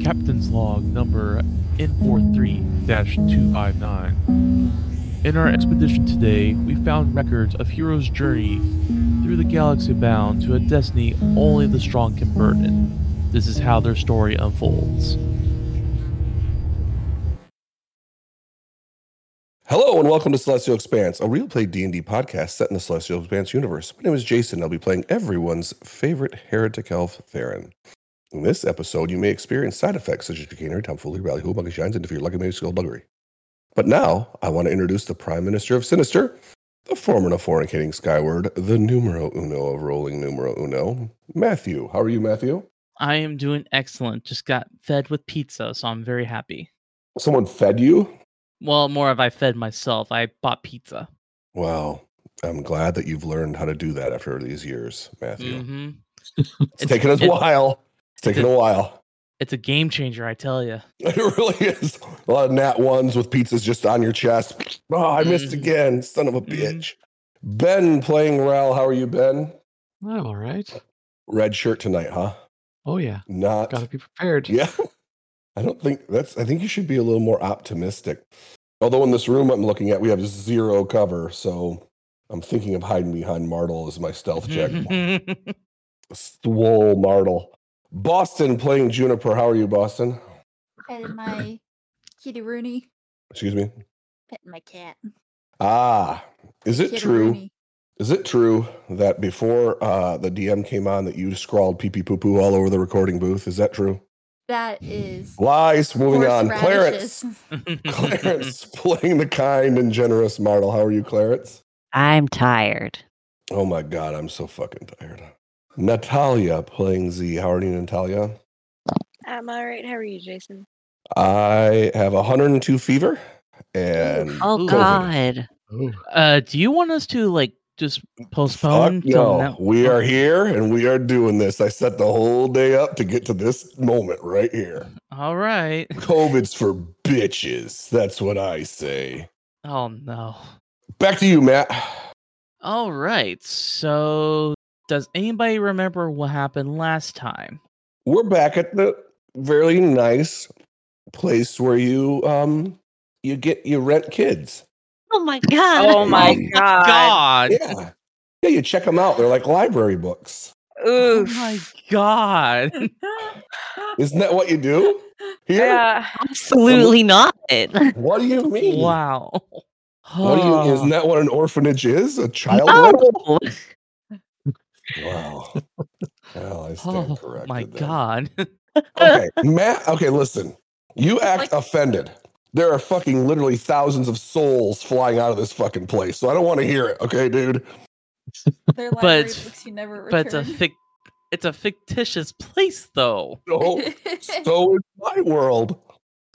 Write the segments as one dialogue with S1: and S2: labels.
S1: Captain's Log number N43 259. In our expedition today, we found records of heroes' journey through the galaxy bound to a destiny only the strong can burden. This is how their story unfolds.
S2: Hello and welcome to Celestial Expanse, a real play D&D podcast set in the Celestial Expanse universe. My name is Jason. I'll be playing everyone's favorite heretic elf, Theron. In this episode, you may experience side effects such as chicanery, tomfoolery, ballyhoo, monkey shines, and if you're lucky, maybe skullduggery. But now, I want to introduce the Prime Minister of Sinister, the foreman of fornicating Skyward, the numero uno of rolling numero uno, Matthew. How are you, Matthew?
S3: I am doing excellent. Just got fed with pizza, so I'm very happy.
S2: Someone fed you?
S3: Well, more of I fed myself. I bought pizza.
S2: Well, I'm glad that you've learned how to do that after these years, Matthew.
S3: hmm
S2: It's, taken us a
S3: it-
S2: while. It's taken a while.
S3: It's a game changer, I tell you.
S2: It really is. A lot of nat ones with pizzas just on your chest. Oh, I missed
S3: Mhm.
S2: again, son of a
S3: Mhm.
S2: bitch. Ben playing Ral. How are you, Ben?
S4: I'm Oh, all right.
S2: Red shirt tonight, huh?
S4: Oh yeah,
S2: Not.
S4: gotta be prepared.
S2: Yeah. I don't think that's, I think you should be a little more optimistic. Although in this room I'm looking at, we have zero cover. So I'm thinking of hiding behind Martle as my stealth check.
S3: Mm-hmm.
S2: Swole Martle. Boston playing Juniper. How are you, Boston?
S5: Petting my kitty Rooney.
S2: Excuse me.
S5: Petting my cat.
S2: Ah, is it
S5: Kitty
S2: true?
S5: Rooney.
S2: Is it true that before uh, the DM came on that you scrawled pee pee poo poo all over the recording booth? Is that true?
S5: That is.
S2: Lies. Moving on.
S5: horseradishes.
S2: Clarence. Clarence playing the kind and generous Martel. How are you, Clarence?
S6: I'm tired.
S2: Oh my God, I'm so fucking tired. Natalia playing Z. How are you, Natalia?
S7: I'm all right. How are you, Jason?
S2: I have 102 fever and
S6: Oh
S3: Ooh.
S6: God.
S4: Oh,
S3: uh, do you want us to like just postpone?
S2: Fuck no.
S3: till now?
S2: We are here and we are doing this. I set the whole day up to get to this moment right here.
S3: All right.
S2: COVID's for bitches. That's what I say.
S3: Oh no.
S2: Back to you, Matt.
S3: All right. So, does anybody remember what happened last time?
S2: We're back at the very nice place where you um you get you rent kids.
S6: Oh my God.
S7: Oh my
S2: my
S7: god.
S3: God.
S2: Yeah. Yeah, you check them out. They're like library books.
S3: Oh
S7: Oof.
S3: my God.
S2: Isn't that what you do? Here?
S7: Yeah.
S6: Absolutely not.
S2: What do you mean?
S3: wow.
S2: What do you,
S3: Huh.
S2: isn't that what an orphanage is? A child
S6: Oh,
S2: rental?
S7: Oh,
S6: No.
S2: Wow. Well, I stand
S3: Oh
S2: corrected.
S3: my
S2: then.
S3: god.
S6: Oh.
S2: Okay, Matt. Okay, listen. You act offended. There are fucking literally thousands of souls flying out of this fucking place, so I don't want to hear it. Okay, dude.
S5: They're
S3: But
S5: library
S3: it's-
S5: books you never
S3: but it's a
S5: return.
S3: fic- it's a fictitious place though.
S2: So, Oh, so is my world.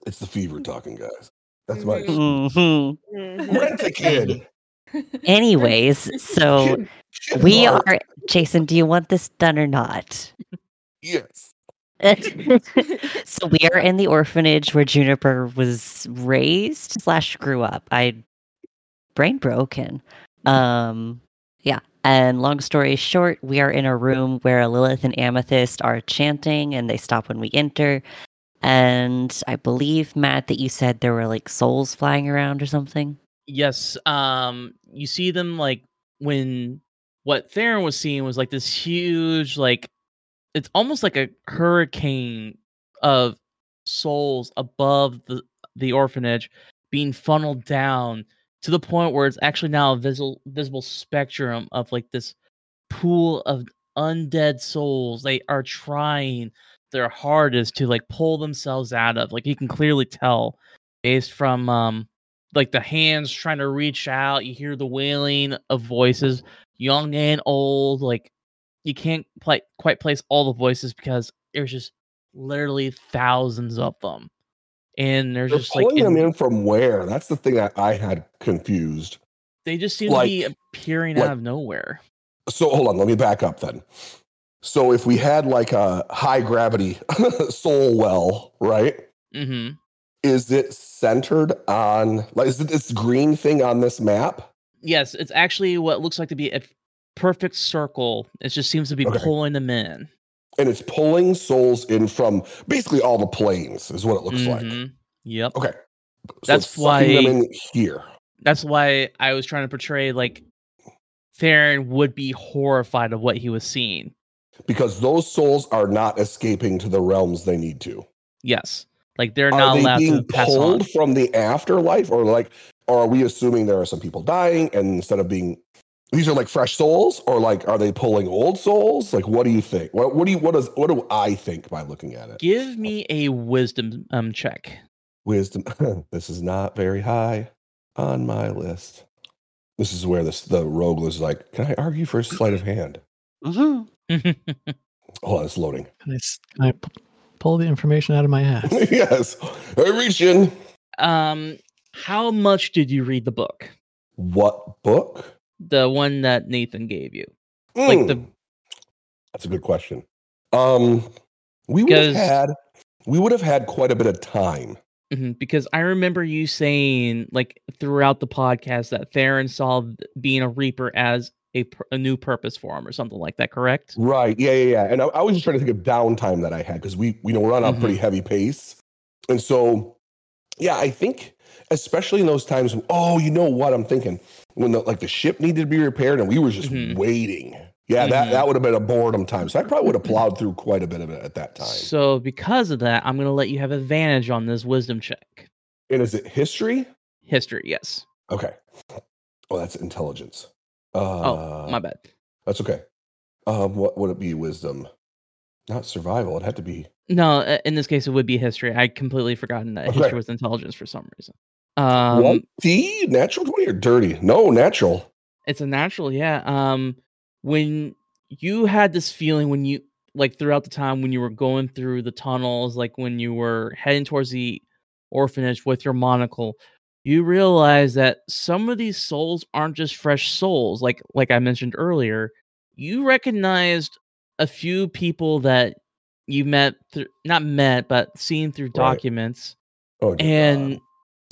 S2: It's the fever
S3: Mm.
S2: talking, guys. That's my
S6: Mhm.
S7: Mhm.
S2: rent a kid.
S6: Anyways, so
S2: Kid- kid
S6: we
S2: park.
S6: are. Jason, do you want this done or not?
S2: yes.
S6: so we are in the orphanage where Juniper was raised slash grew up. I brain broken. Um yeah. And long story short, we are in a room where Lilith and Amethyst are chanting and they stop when we enter. And I believe, Matt, that you said there were like souls flying around or something.
S3: Yes, um you see them like when what Theron was seeing was like this huge like it's almost like a hurricane of souls above the the orphanage being funneled down to the point where it's actually now a visible visible spectrum of like this pool of undead souls they are trying their hardest to like pull themselves out of like you can clearly tell based from um like the hands trying to reach out you hear the wailing of voices young and old like you can't pla quite place all the voices because there's just literally thousands of them and there's
S2: They're
S3: just like
S2: pulling them
S3: in-
S2: in from where? That's the thing that I had confused.
S3: They just seem
S2: Like-
S3: to be appearing
S2: like-
S3: out of nowhere.
S2: so hold on let me back up then so if we had like a high gravity soul well right
S3: hmm
S2: is it centered on like is it this green thing on this map
S3: Yes, it's actually what looks like to be a perfect circle. It just seems to be
S2: Okay.
S3: pulling them in.
S2: and it's pulling souls in from basically all the planes is what it looks like. Oh.
S3: Mhm. Yep.
S2: Okay, so
S3: That's
S2: it's sucking them
S3: why-
S2: in here.
S3: That's why I was trying to portray like Theron would be horrified of what he was seeing.
S2: because those souls are not escaping to the realms they need to.
S3: Yes. Like they're
S2: are
S3: not
S2: they
S3: allowed
S2: being
S3: to pass
S2: pulled
S3: on.
S2: from the afterlife, or like, or are we assuming there are some people dying, and instead of being these are like fresh souls, or like are they pulling old souls? Like, what do you think? What, what do you what does what do I think by looking at it?
S3: Give me a wisdom um check.
S2: Wisdom. this is not very high on my list. This is where this the rogue was like, can I argue for a sleight of hand?
S6: Mhm.
S2: Hold on, it's loading.
S4: Can I, s- can I p- pull the information out of my ass?
S2: yes, I reach in.
S3: um how much did you read the book?
S2: What book?
S3: The one that Nathan gave you. Like the
S2: Mm. That's a good question. Um, we would have
S3: 'Cause-
S2: had we would have had quite a bit of time.
S3: Mhm, because I remember you saying like throughout the podcast that Theron saw th- being a reaper as a, pur- a new purpose for him or something like that, correct?
S2: Right? Yeah, yeah, yeah. And I, I was just trying to think of downtime that I had because we we know we're on a
S3: Mhm.
S2: pretty heavy pace, and so yeah, I think especially in those times. When, oh, you know what I'm thinking when the like the ship needed to be repaired and we were just
S3: Mhm.
S2: waiting. Yeah, that
S3: Mhm.
S2: that would have been a boredom time. So I probably would have
S3: Mm-hmm.
S2: plowed through quite a bit of it at that time.
S3: So because of that, I'm going to let you have advantage on this wisdom check.
S2: and is it history?
S3: History, yes.
S2: Okay. Oh, that's intelligence. Uh,
S3: Oh, My bad.
S2: That's okay. Um, what would it be? Wisdom, not survival. It'd have to be.
S3: No, uh, in this case, it would be history. I completely forgotten that
S2: Okay.
S3: history was intelligence for some reason. Um,
S2: what D? Natural twenty or dirty? No, natural.
S3: It's a natural, yeah. Um, when you had this feeling when you like throughout the time when you were going through the tunnels, like when you were heading towards the orphanage with your monocle, you realize that some of these souls aren't just fresh souls. Like like I mentioned earlier, you recognized a few people that you met, through not met, but seen through
S2: Right.
S3: documents
S2: Oh, dear
S3: and
S2: God.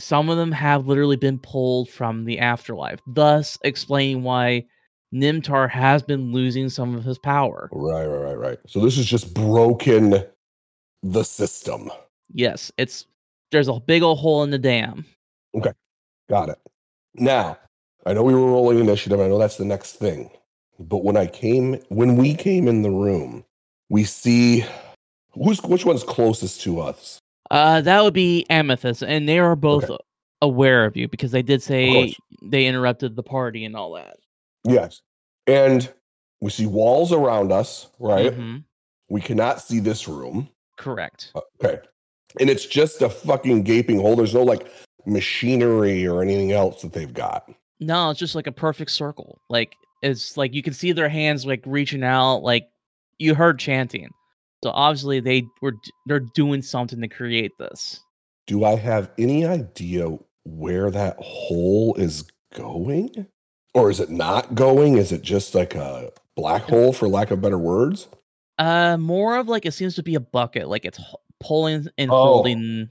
S3: some of them have literally been pulled from the afterlife, thus explaining why Nimtar has been losing some of his power.
S2: right, right, right, right. So this is just broken the system.
S3: Yes, it's there's a big old hole in the dam.
S2: Got it. Now, I know we were rolling initiative. I know that's the next thing. But when I came, when we came in the room, we see who's which one's closest to us.
S3: Uh, that would be Amethyst, and they are both
S2: Okay.
S3: aware of you because they did say
S2: course.
S3: they interrupted the party and all that.
S2: Yes, and we see walls around us. Right.
S3: Mhm,
S2: We cannot see this room. Uh,
S3: Correct.
S2: Okay. And it's just a fucking gaping hole. There's no like machinery or anything else that they've got.
S3: No, it's just like a perfect circle. Like it's like you can see their hands like reaching out. Like you heard chanting, so obviously they were d- they're doing something to create this.
S2: Do I have any idea where that hole is going? Or is it not going? Is it just like a black hole, for lack of better words?
S3: Uh, more of like it seems to be a bucket. Like it's h- pulling and
S2: Oh.
S3: holding.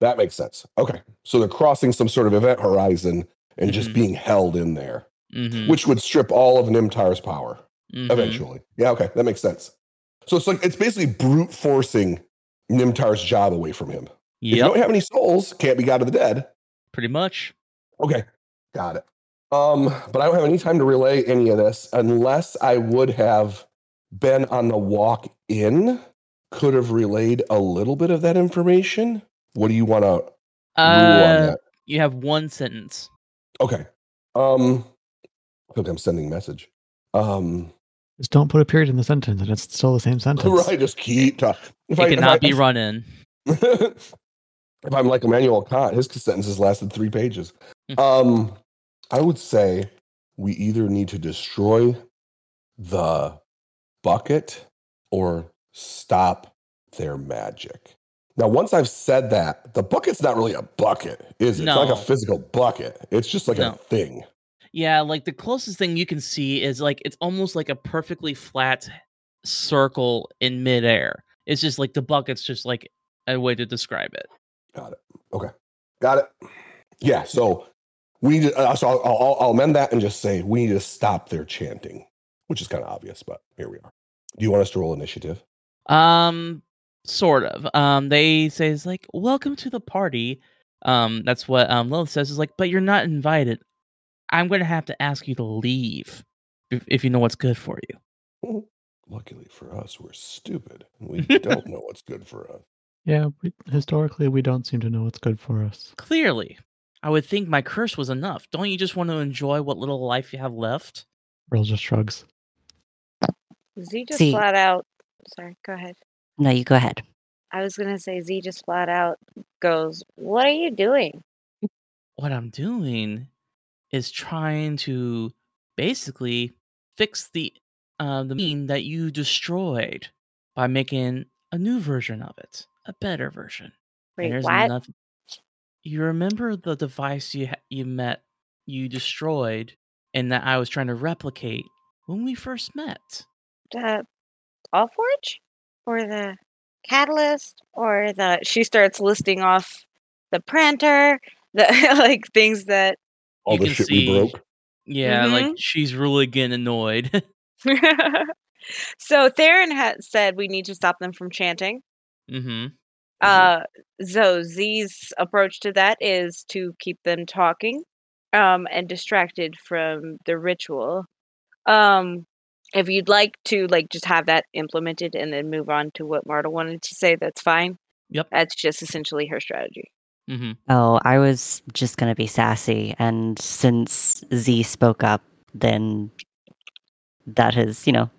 S2: That makes sense. Okay. So they're crossing some sort of event horizon and just
S3: Mhm.
S2: being held in there,
S3: mhm,
S2: which would strip all of Nimtar's power.
S3: mhm.
S2: eventually. Mm-hmm. Yeah, okay, that makes sense. So it's like it's basically brute forcing Nimtar's job away from him. If you
S3: Yep.
S2: don't have any souls, can't be God of the Dead.
S3: Pretty much.
S2: Okay, got it. Um, but I don't have any time to relay any of this unless I would have been on the walk in, could have relayed a little bit of that information. What do you want to rule on
S3: Uh,
S2: that?
S3: you have one sentence.
S2: Okay. Um, I think I'm sending message. Um,
S4: Just don't put a period in the sentence, and it's still the same sentence.
S2: right, just keep talking. If
S3: It
S2: I- if
S3: cannot
S2: I-
S3: be
S2: if-
S3: run in.
S2: if I'm like Emmanuel Kant, his sentences lasted three pages.
S3: Hmm.
S2: Um, I would say we either need to destroy the bucket or stop their magic. Now, once I've said that, the bucket's not really a bucket, is it? It's
S3: No.
S2: like a physical bucket. It's just like
S3: No.
S2: a thing.
S3: Yeah, like the closest thing you can see is like it's almost like a perfectly flat circle in midair. It's just like the bucket's just like a way to describe it.
S2: Got it. Yeah. So we need to, uh, so I'll, I'll, I'll amend that and just say we need to stop their chanting, which is kind of obvious, but here we are. Do you want us to roll initiative?
S3: Um, sort of. Um, they say it's like, "Welcome to the party." Um, that's what um Lilith says is like, "But you're not invited. I'm going to have to ask you to leave if, if you know what's good for you." Mm-hmm.
S2: Luckily for us, we're stupid. and We don't know what's good for us.
S4: Yeah, we, historically, we don't seem to know what's good for us.
S3: Clearly, I would think my curse was enough. Don't you just want to enjoy what little life you have left?
S4: Earl just shrugs.
S7: Z just
S6: See.
S7: flat out. Sorry, go ahead.
S6: No, you go ahead.
S7: I was gonna say Z just flat out goes, "What are you doing?"
S3: What I'm doing is trying to basically fix the uh, the mean that you destroyed by making a new version of it, a better version. And
S7: Wait,
S3: there's
S7: what?
S3: noth- You remember the device you ha- you met, you destroyed, and that I was trying to replicate when we first met.
S7: The all forge or the catalyst or the? She starts listing off the printer, the like things that.
S2: All
S3: You
S2: the
S3: can
S2: shit
S3: see-
S2: we broke.
S3: Yeah,
S7: Mm-hmm.
S3: like she's really getting annoyed.
S7: so Theron had said we need to stop them from chanting.
S3: mm-hmm.
S7: Uh, so Z's approach to that is to keep them talking, um, and distracted from the ritual. Um, if you'd like to like just have that implemented and then move on to what Marta wanted to say, that's fine.
S3: Yep.
S7: That's just essentially her strategy.
S3: Mm-hmm.
S6: Oh, I was just going to be sassy. And since Z spoke up, then that has, you know,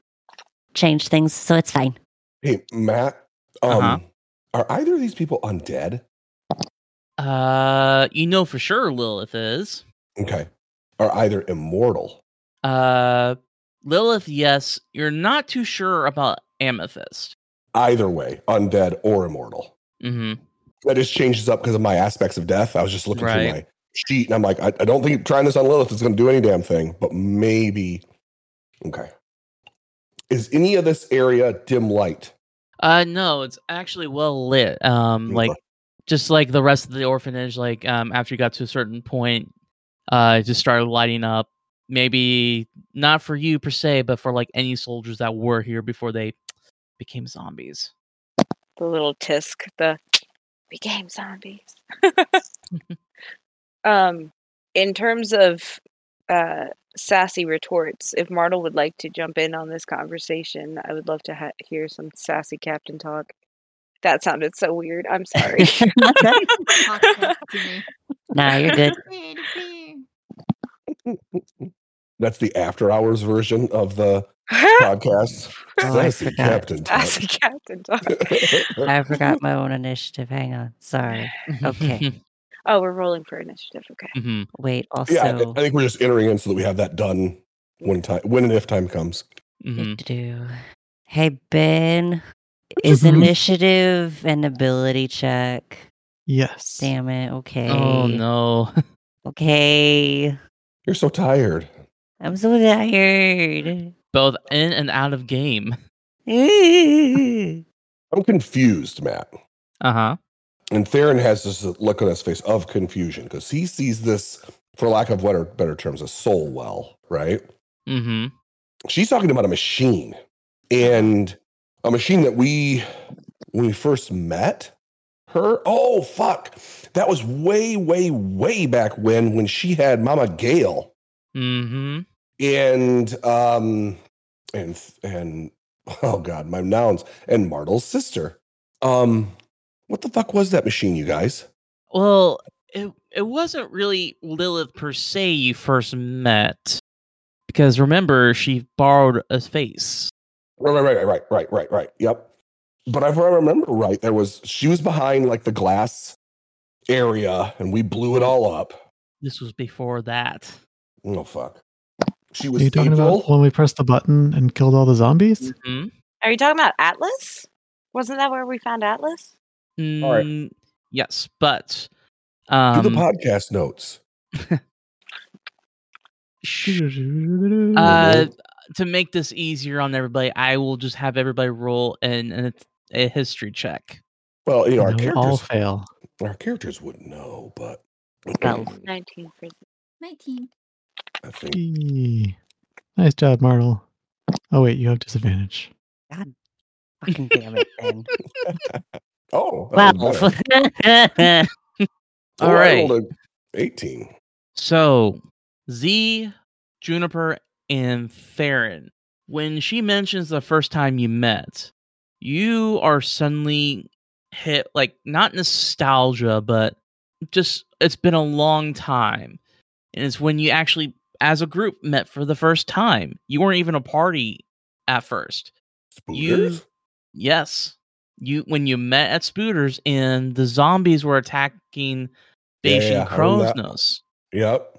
S6: changed things. So it's fine.
S2: Hey, Matt, um,
S3: Uh-huh.
S2: are either of these people undead?
S3: Uh, you know for sure Lilith is.
S2: Okay. Are either immortal?
S3: Uh, Lilith, yes. You're not too sure about Amethyst.
S2: Either way, undead or immortal.
S3: Mm-hmm.
S2: That just changes up because of my aspects of death. I was just looking
S3: Right.
S2: through my sheet and I'm like, I, I don't think trying this on Lilith is going to do any damn thing, but maybe. Okay. Is any of this area dim light?
S3: Uh, no, it's actually well lit. Um,
S2: Okay.
S3: like just like the rest of the orphanage. Like, um, after you got to a certain point, uh, it just started lighting up. Maybe not for you per se, but for like any soldiers that were here before they became zombies.
S7: The little tisk, the we became zombies. um, in terms of uh, sassy retorts, if Martel would like to jump in on this conversation, I would love to ha- hear some sassy captain talk. That sounded so weird. I'm sorry.
S5: Podcast to me.
S6: nah, you're good.
S5: Read, read.
S2: That's the after hours version of the podcast.
S6: Oh, I
S2: Sassy
S6: forgot.
S2: Captain Talk.
S7: sassy captain talk.
S6: I forgot my own initiative. Hang on. Sorry. Okay.
S7: Oh, we're rolling for initiative. Okay.
S3: hmm
S6: Wait, also,
S2: yeah, I- I think we're just entering in so that we have that done when time, when and if time comes.
S3: hmm
S6: need to do. Hey, Ben, is
S4: Mhm.
S6: initiative an ability check?
S4: Yes.
S6: Damn it. Okay.
S3: Oh no.
S6: Okay.
S2: You're so tired.
S6: I'm so tired.
S3: Both in and out of game.
S6: Ooh.
S2: I'm confused, Matt.
S3: Uh huh.
S2: And Theron has this look on his face of confusion because he sees this, for lack of better, better terms, a soul well, right?
S3: Mm-hmm.
S2: She's talking about a machine and a machine that we, when we first met her, oh, fuck. That was way, way, way back when, when she had Mama Gail
S3: Mm-hmm.
S2: and, um, and, and, oh God, my nouns and Martel's sister. Um, what the fuck was that machine, you guys?
S3: Well, it it wasn't really Lilith per se you first met. Because remember, she borrowed a face.
S2: Right, right, right, right, right, right, right. Yep. But if I remember right, there was she was behind like the glass area, and we blew it all up.
S3: This was before that.
S2: Oh fuck. She
S4: Are
S2: was
S4: you talking
S2: April.
S4: about when we pressed the button and killed all the zombies?
S3: Mm-hmm.
S7: Are you talking about Atlas? Wasn't that where we found Atlas?
S2: right.
S3: Mm, Yes, but
S2: Do the
S3: um,
S2: podcast notes.
S3: sh- uh,
S2: Mhm.
S3: to make this easier on everybody, I will just have everybody roll an, an a history check.
S2: Well, you know, our
S4: No, all
S2: characters,
S4: fail.
S2: our characters wouldn't know, but
S6: Well.
S7: Nineteen for
S5: 19.
S2: I think
S4: Eee. Nice job, Martel. Oh wait, you have disadvantage.
S6: Fucking damn it, Ben.
S2: Oh, that was better.
S6: Twelve.
S3: All
S2: Oh, I
S3: right.
S2: rolled a 18.
S3: So, Z, Juniper, and Theron, when she mentions the first time you met, you are suddenly hit like not nostalgia, but just it's been a long time. And it's when you actually, as a group, met for the first time. You weren't even a party at first. You-
S2: Spookers?
S3: Yes. You when you met at Spooters and the zombies were attacking
S2: Yeah,
S3: Bashan
S2: yeah, I remember that.
S3: Krosnos
S2: Yep.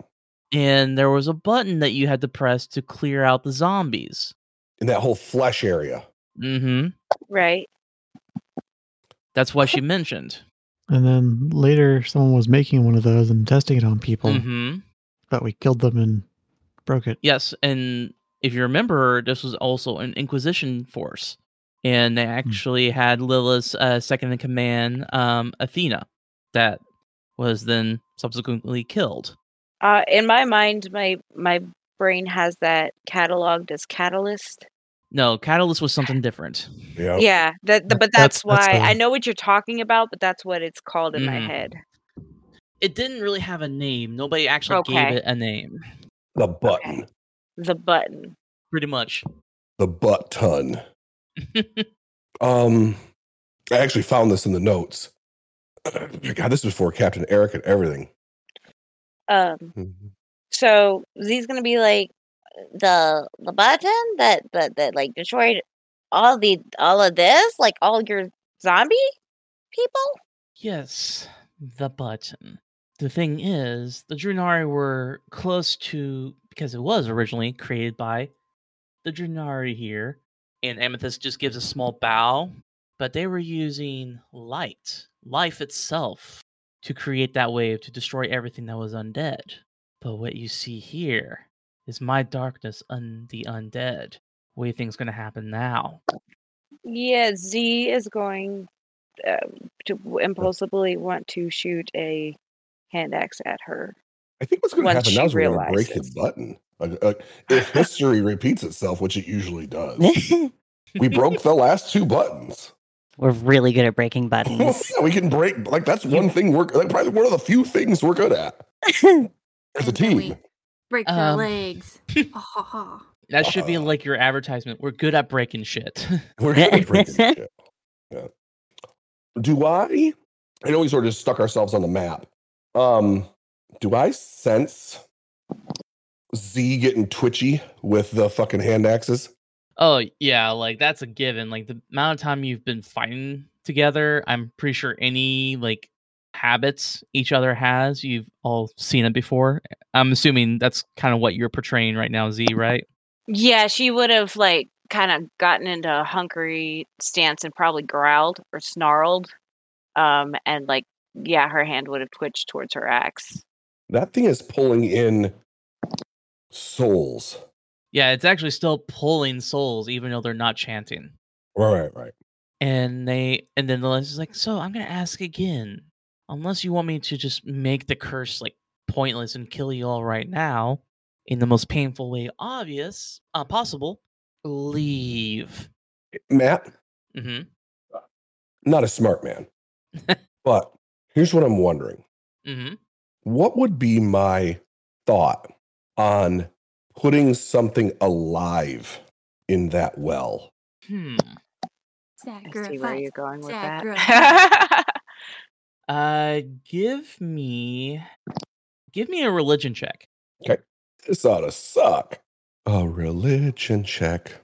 S3: and there was a button that you had to press to clear out the zombies.
S2: In that whole flesh area.
S3: Mm-hmm.
S7: right?
S3: That's what she mentioned.
S4: And then later, someone was making one of those and testing it on people,
S3: Mm-hmm.
S4: but we killed them and broke it.
S3: Yes, and if you remember, this was also an Inquisition force, and they actually had Lilith's uh, second in command, um, Athena, that was then subsequently killed.
S7: Uh, in my mind, my my brain has that cataloged as catalyst.
S3: No, Catalyst was something different.
S2: Yep.
S7: Yeah, Oh. that,
S4: That-
S7: but
S4: that's-
S7: that's, why
S4: that's
S7: I
S4: a-
S7: know what you're talking about, but that's what it's called in my
S3: Mhm.
S7: head.
S3: It didn't really have a name. Nobody actually
S7: Okay.
S3: gave it a name.
S2: The button.
S7: The button.
S3: Pretty much.
S2: The butt ton. Um, I actually found this in the notes. God, this was for Captain Eric and everything.
S7: Um, so Z's gonna be like the the button that that that like destroyed all the all of this, like all your zombie people.
S3: Yes, the button. The thing is, the Drunari were close to because it was originally created by the Drunari here, and Amethyst just gives a small bow, but they were using light, life itself, to create that wave to destroy everything that was undead. But what you see here is my darkness and the undead. What do you think's gonna happen now?
S7: Yeah, Z is going um, to w- impulsively want to shoot a hand axe at her.
S2: I think what's going to
S7: Once
S2: happen
S7: she
S2: now is we're going to break the
S7: realizes.
S2: button. Like, like, if history repeats itself, which it usually does, we broke the last two buttons.
S6: We're really good at breaking
S2: yeah,
S6: buttons.
S2: we can break. Like that's one thing we're like probably one of the few things we're good at as a
S5: And then we
S2: team.
S5: Break their
S3: Um,
S5: legs. Ah, ha, ha.
S3: That should be
S2: Uh.
S3: like your advertisement. We're good at breaking shit.
S2: We're good at breaking shit. Yeah. Do I? I know we sort of just stuck ourselves on the map. Um, do I sense Z getting twitchy with the fucking hand axes?
S3: Oh yeah, like that's a given. Like the amount of time you've been fighting together, I'm pretty sure any like habits each other has, you've all seen it before. I'm assuming that's kind of what you're portraying right now, Z, right?
S7: Yeah, she would have like kind of gotten into a hunkery stance and probably growled or snarled. Um, and like, yeah, her hand would have twitched towards her axe.
S2: That thing is pulling in souls.
S3: Yeah, it's actually still pulling souls even though they're not chanting.
S2: Right, right, right.
S3: And they and then the lens is like, "So, I'm going to ask again. Unless you want me to just make the curse like pointless and kill you all right now in the most painful way obvious uh, possible, leave."
S2: Matt,
S3: Mm-hmm.
S2: not a smart man. but here's what I'm wondering.
S3: Mm-hmm.
S2: what would be my thought on putting something alive in that well?
S3: Hmm.
S7: I see where
S5: Sacrifice.
S7: you're going with
S5: Sacrifice.
S7: that.
S3: Uh, give me, give me a religion check.
S2: This ought to suck. A religion check.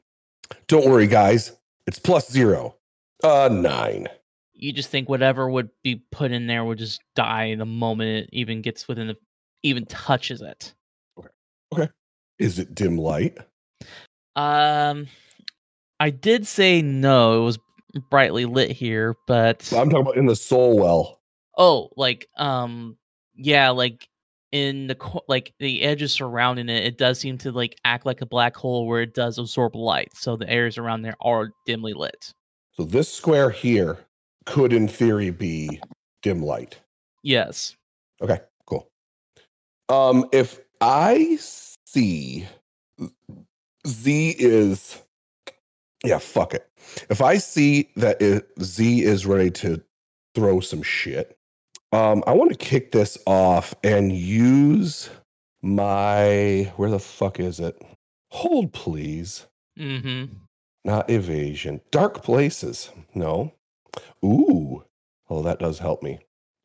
S2: Don't worry, guys. It's plus zero. Uh, nine.
S3: You just think whatever would be put in there would just die the moment it even gets within the, even touches it.
S2: Is it dim light?
S3: Um, I did say no. It was brightly lit here, but
S2: I'm talking about in the soul well.
S3: oh, like um, yeah, like in the co- like the edges surrounding it, it does seem to like act like a black hole where it does absorb light, so the areas around there are dimly lit.
S2: So this square here could, in theory, be dim light.
S3: Yes.
S2: Okay, cool. Um, if I see Z is Yeah, fuck it. If I see that it, Z is ready to throw some shit, um, I want to kick this off and use my where the fuck is it? Hold please,
S3: Mm-hmm.
S2: not evasion. Dark places. No. Ooh. Oh, that does help me.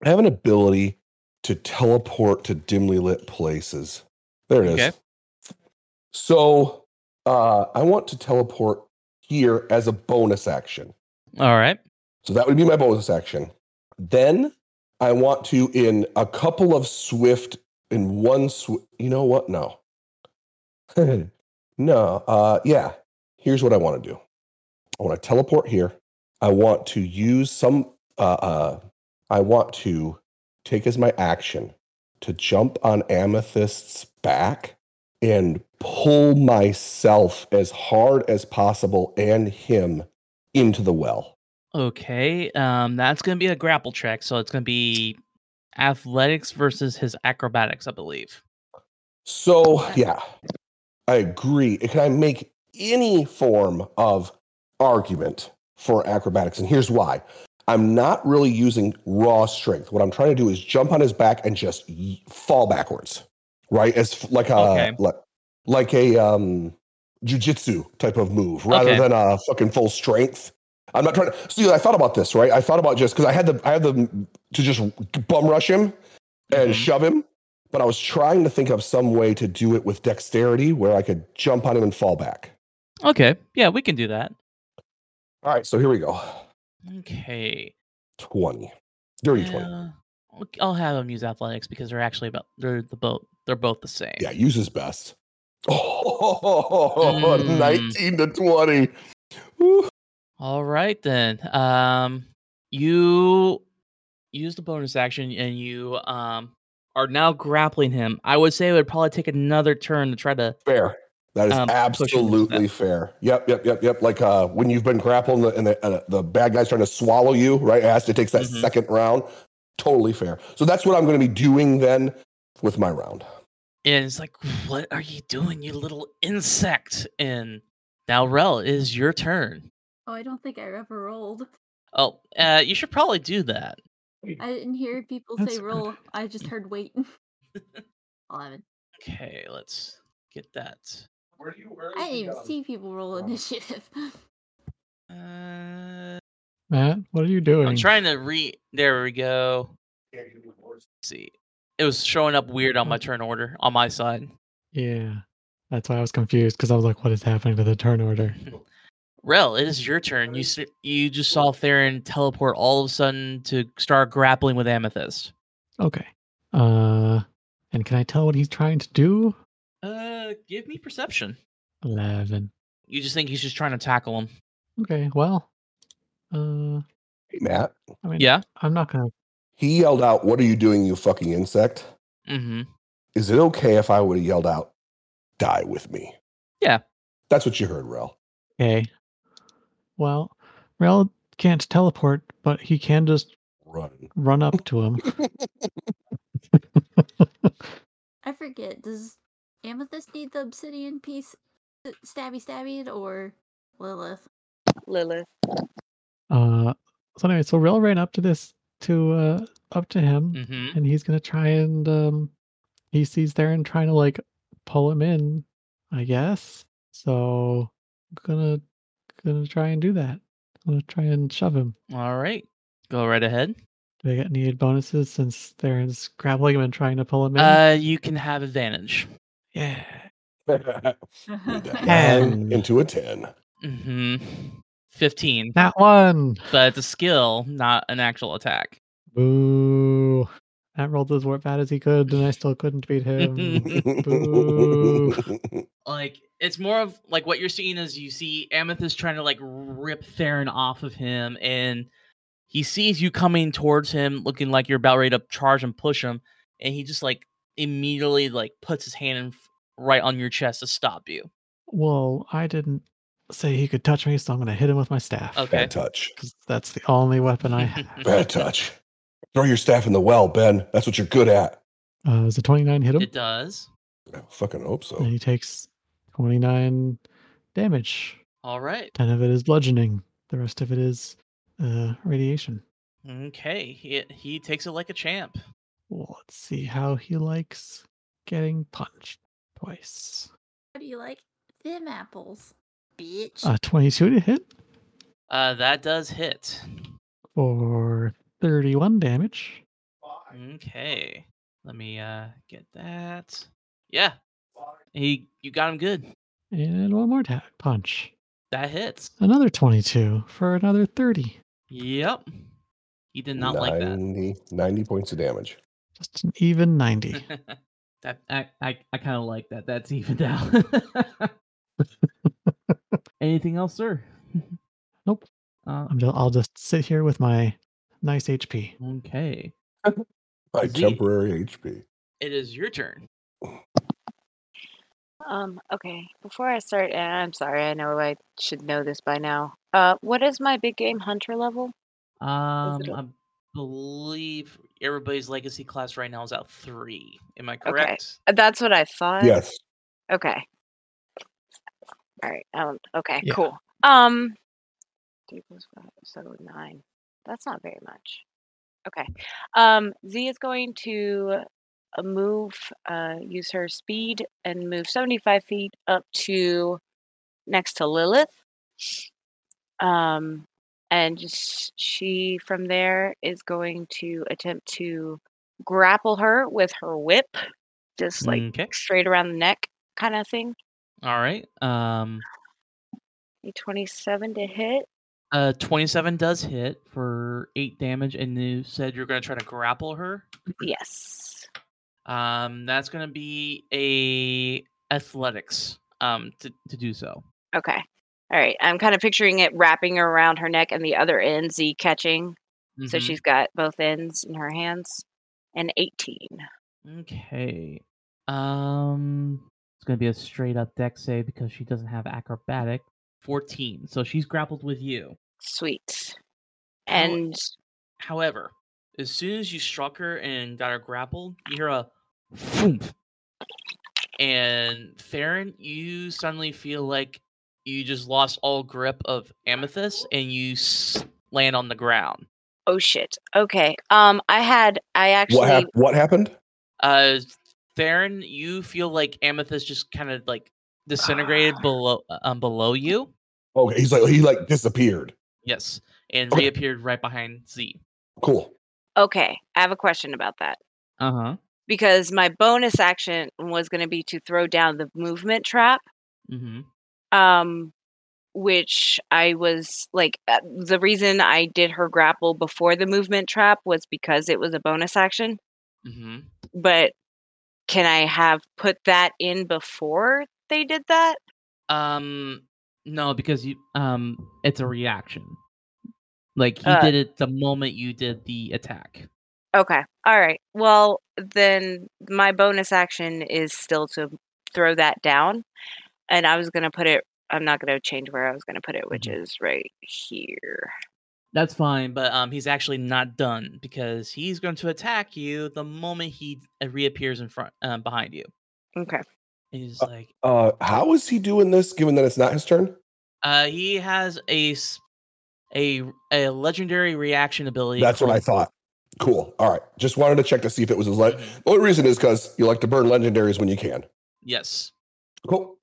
S2: I have an ability to teleport to dimly lit places. There it is.
S3: Okay.
S2: So uh, I want to teleport here as a bonus action.
S3: All right.
S2: So that would be my bonus action. Then I want to, in a couple of swift, in one swift, you know what? No. no. Uh, yeah. Here's what I want to do I want to teleport here. I want to use some, uh, uh, I want to take as my action to jump on Amethyst's back and pull myself as hard as possible and him into the well.
S3: Okay. Um, that's gonna be a grapple check, so it's gonna be athletics versus his acrobatics, I believe.
S2: So yeah, I agree. Can I make any form of argument for acrobatics? And here's why: I'm not really using raw strength. What I'm trying to do is jump on his back and just y- fall backwards, right? As f- like a
S3: Okay.
S2: like, like a um jujitsu type of move, rather
S3: Okay.
S2: than a fucking full strength. I'm not trying to. See, I thought about this, right? I thought about just because I had the I had the to just bum rush him and
S3: Mhm.
S2: shove him. But I was trying to think of some way to do it with dexterity where I could jump on him and fall back.
S3: Okay. Yeah, we can do that.
S2: All right, so here we go.
S3: Okay.
S2: 20. Dirty 20.
S3: Uh, ok- I'll have them use athletics because they're actually about they're the both they're both the same.
S2: Yeah, use his best. Oh,
S3: Mm.
S2: 19 to 20. Woo.
S3: All right then. Um, you use the bonus action and you um are now grappling him. I would say it would probably take another turn to try to.
S2: Fair. That is
S3: Um, pushing his
S2: absolutely
S3: best.
S2: fair. Yep, yep, yep, yep. Like uh, when you've been grappling the, and the, uh, the bad guy's trying to swallow you, right? It has to take that
S3: Mhm.
S2: second round. Totally fair. So that's what I'm going to be doing then with my round.
S3: And it's like, what are you doing, you little insect? And now, Rel, it is your turn.
S5: Oh, I don't think I ever rolled.
S3: Oh, uh, you should probably do that.
S5: I didn't hear people
S4: That's
S5: say
S4: good.
S5: roll. I just heard wait. Eleven.
S3: Okay, let's get that.
S5: I didn't
S2: um,
S5: even see people roll initiative.
S3: Uh,
S4: Matt, what are you doing?
S3: I'm trying to re. There we go. see, it was showing up weird on my turn order on my side.
S4: Yeah. That's why I was confused because I was like, what is happening to the turn order?
S3: Rel, it is your turn. You s- you just saw Theron teleport all of a sudden to start grappling with Amethyst.
S4: Okay. Uh and can I tell what he's trying to do?
S3: Uh, give me perception.
S4: Eleven.
S3: You just think he's just trying to tackle him.
S4: Okay, well. Uh
S2: Hey, Matt.
S4: I mean
S3: Yeah.
S4: I'm not gonna
S2: He yelled out, What are you doing, you fucking insect?
S3: Mm-hmm.
S2: Is it okay if I would have yelled out, Die with me?
S3: Yeah.
S2: That's what you heard, Rel.
S4: Okay. Well, Rel can't teleport, but he can just
S2: Run.
S4: run up to him.
S5: I forget. Does Amethyst need the obsidian piece, to stabby stabby it, or Lilith?
S7: Lilith.
S4: uh so anyway, so Rel ran up to this to uh up to him
S3: Mm-hmm.
S4: and he's gonna try and um he sees Theron trying to like pull him in, I guess. So gonna gonna try and do that. gonna try and shove him.
S3: All right. Go right ahead.
S4: Do I get any bonuses since Theron's grappling him and trying to pull him in?
S3: Uh, you can have advantage.
S4: yeah.
S2: Made that
S4: Ten.
S2: nine into a 10.
S3: Mm-hmm. Fifteen,
S4: That one.
S3: but it's a skill, not an actual attack.
S4: Boo. That rolled as bad as he could, and I still couldn't beat him. Boo.
S3: like it's more of like what you're seeing is you see Amethyst trying to like rip Theron off of him, and he sees you coming towards him, looking like you're about ready to charge and push him, and he just like immediately like puts his hand in, f- right on your chest to stop you.
S4: well, I didn't say he could touch me, so I'm gonna hit him with my staff.
S3: Okay.
S2: Bad touch.
S4: 'cause that's the only weapon I have.
S2: Bad touch. Throw your staff in the well, Ben. That's what you're good at.
S4: Uh, is a 29 hit him?
S3: it does.
S2: I fucking hope
S4: And
S2: so.
S4: he takes 29 damage.
S3: All right.
S4: Ten of it is bludgeoning. The rest of it is uh, radiation.
S3: Okay. He he takes it like a champ.
S4: Well, let's see how he likes getting punched twice.
S5: How do you like them apples, bitch?
S4: Uh, 22 to hit
S3: Uh, that does hit.
S4: for 31 damage.
S3: Okay. Let me uh get that. Yeah. He you got him good.
S4: And one more ta- punch.
S3: That hits.
S4: Another 22 for another 30.
S3: Yep. He did not like that.
S2: 90 points of damage.
S4: Just an even 90.
S3: that I I, I kind of like that. That's evened out. Anything else, sir?
S4: Nope.
S3: Uh,
S4: I'm just, I'll just sit here with my nice HP.
S3: okay.
S2: My
S3: Zeke.
S2: temporary HP.
S3: It is your turn.
S7: Um, okay. Before I start, and I'm sorry, I know I should know this by now. Uh, what is my big game hunter level?
S3: Um,
S7: it
S3: I believe everybody's legacy class right now is at three. Am I correct?
S7: Uh, That's what I thought.
S2: Yes.
S7: Okay. All right. Um, okay.
S4: Yeah.
S7: Cool. Um, three plus five, so nine. That's not very much. Okay. Um, Z is going to uh, move, uh, use her speed and move 75 feet up to next to Lilith. Um, and sh- she from there is going to attempt to grapple her with her whip, just like
S3: Okay.
S7: straight around the neck kind of thing.
S3: All right. Um,
S7: A 27 to hit.
S3: uh, twenty-seven does hit for eight damage, and you said you're gonna try to grapple her.
S2: Mm-hmm.
S7: Yes.
S3: Um, that's gonna be a athletics. Um, to to do so.
S7: Okay. All right. I'm kind of picturing it wrapping around her neck and the other end, Z catching. So
S2: Mm-hmm.
S3: Mhm.
S7: she's got both ends in her hands. And 18.
S3: Okay. Um, it's gonna be a straight up deck save because she doesn't have acrobatic. Fourteen. So she's grappled with you.
S7: Sweet.
S3: How-
S7: And
S3: However, as soon as you struck her and got her grappled, you hear a thump. And Farron, you suddenly feel like you just lost all grip of Amethyst and you s- land on the ground.
S7: oh shit. Okay. Um I had I actually
S2: What, hap- what happened?
S3: Uh, Theron, you feel like Amethyst just kind of like disintegrated below um, below you.
S2: Okay, Oh, he's like he like disappeared.
S3: Yes, and
S2: Okay.
S3: reappeared right behind Z.
S2: Cool.
S7: Okay. I have a question about that.
S3: Uh huh.
S7: Because my bonus action was gonna be to throw down the movement trap.
S3: Mm-hmm.
S7: um which i was like uh, the reason i did her grapple before the movement trap was because it was a bonus action
S3: Mm-hmm.
S7: but can i have put that in before they did that
S3: Um, no, because you um, it's a reaction. Like he
S7: Uh,
S3: did it the moment you did the attack.
S7: okay all right well then my bonus action is still to throw that down and i was going to put it i'm not going to change where i was going to put it which is right here
S3: That's fine, but um, he's actually not done because he's going to attack you the moment he uh, reappears in front um, behind you.
S7: okay
S3: And he's like,
S2: Uh how is he doing this given that it's not his turn?
S3: uh, he has a s- a a legendary reaction ability.
S2: That's what I
S3: called-
S2: thought. Cool. All right. Just wanted to check to see if it was his le-
S3: Mhm.
S2: The only reason is because you like to burn legendaries when you can.
S3: Yes,
S2: Cool.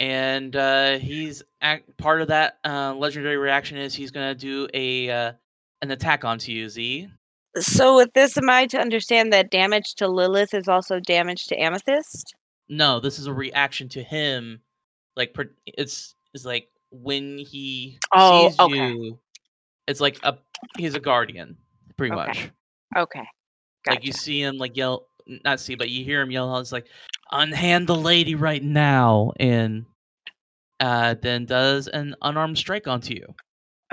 S3: and uh, he's ac part of that uh, legendary reaction is he's going to do a uh, an attack onto you, Z.
S7: So with this, am I to understand that damage to Lilith is also damage to Amethyst?
S3: No, this is a reaction to him. Like per- it's it's like when he
S7: Oh,
S3: sees
S7: okay.
S3: you, it's like a he's a guardian, pretty
S7: Okay.
S3: much.
S7: Okay,
S3: Like you see him like yell, not see, but you hear him yell. out, It's like unhand the lady right now, and uh, then does an unarmed strike onto you.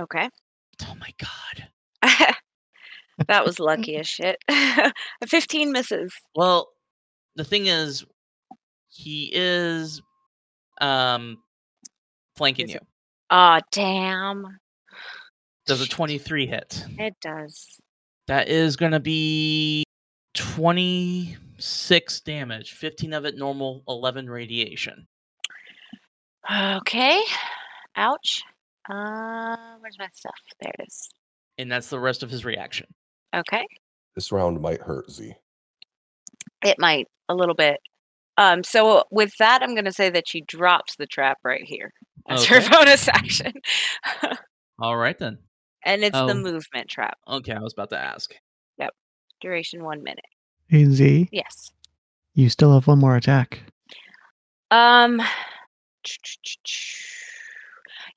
S7: okay.
S3: Oh my god.
S7: that was lucky as shit. Fifteen misses.
S3: Well, the thing is, he is um flanking
S7: Is
S3: you.
S7: it- Aw, damn!
S3: Does a twenty-three hit?
S7: It does.
S3: That is going to be 26 damage, 15 of it normal, 11 radiation.
S7: Okay, Ouch. Uh, where's my stuff? There it is.
S3: and that's the rest of his reaction.
S7: Okay.
S2: This round might hurt Z.
S7: It might a little bit. Um, so with that, I'm going to say that she drops the trap right here. That's her
S3: Okay.
S7: bonus action,
S3: All right then.
S7: and it's the
S3: Oh.
S7: movement trap,
S3: Okay, I was about to ask.
S7: duration one minute.
S4: Hey, Z,
S7: Yes.
S4: you still have one more attack.
S7: Um.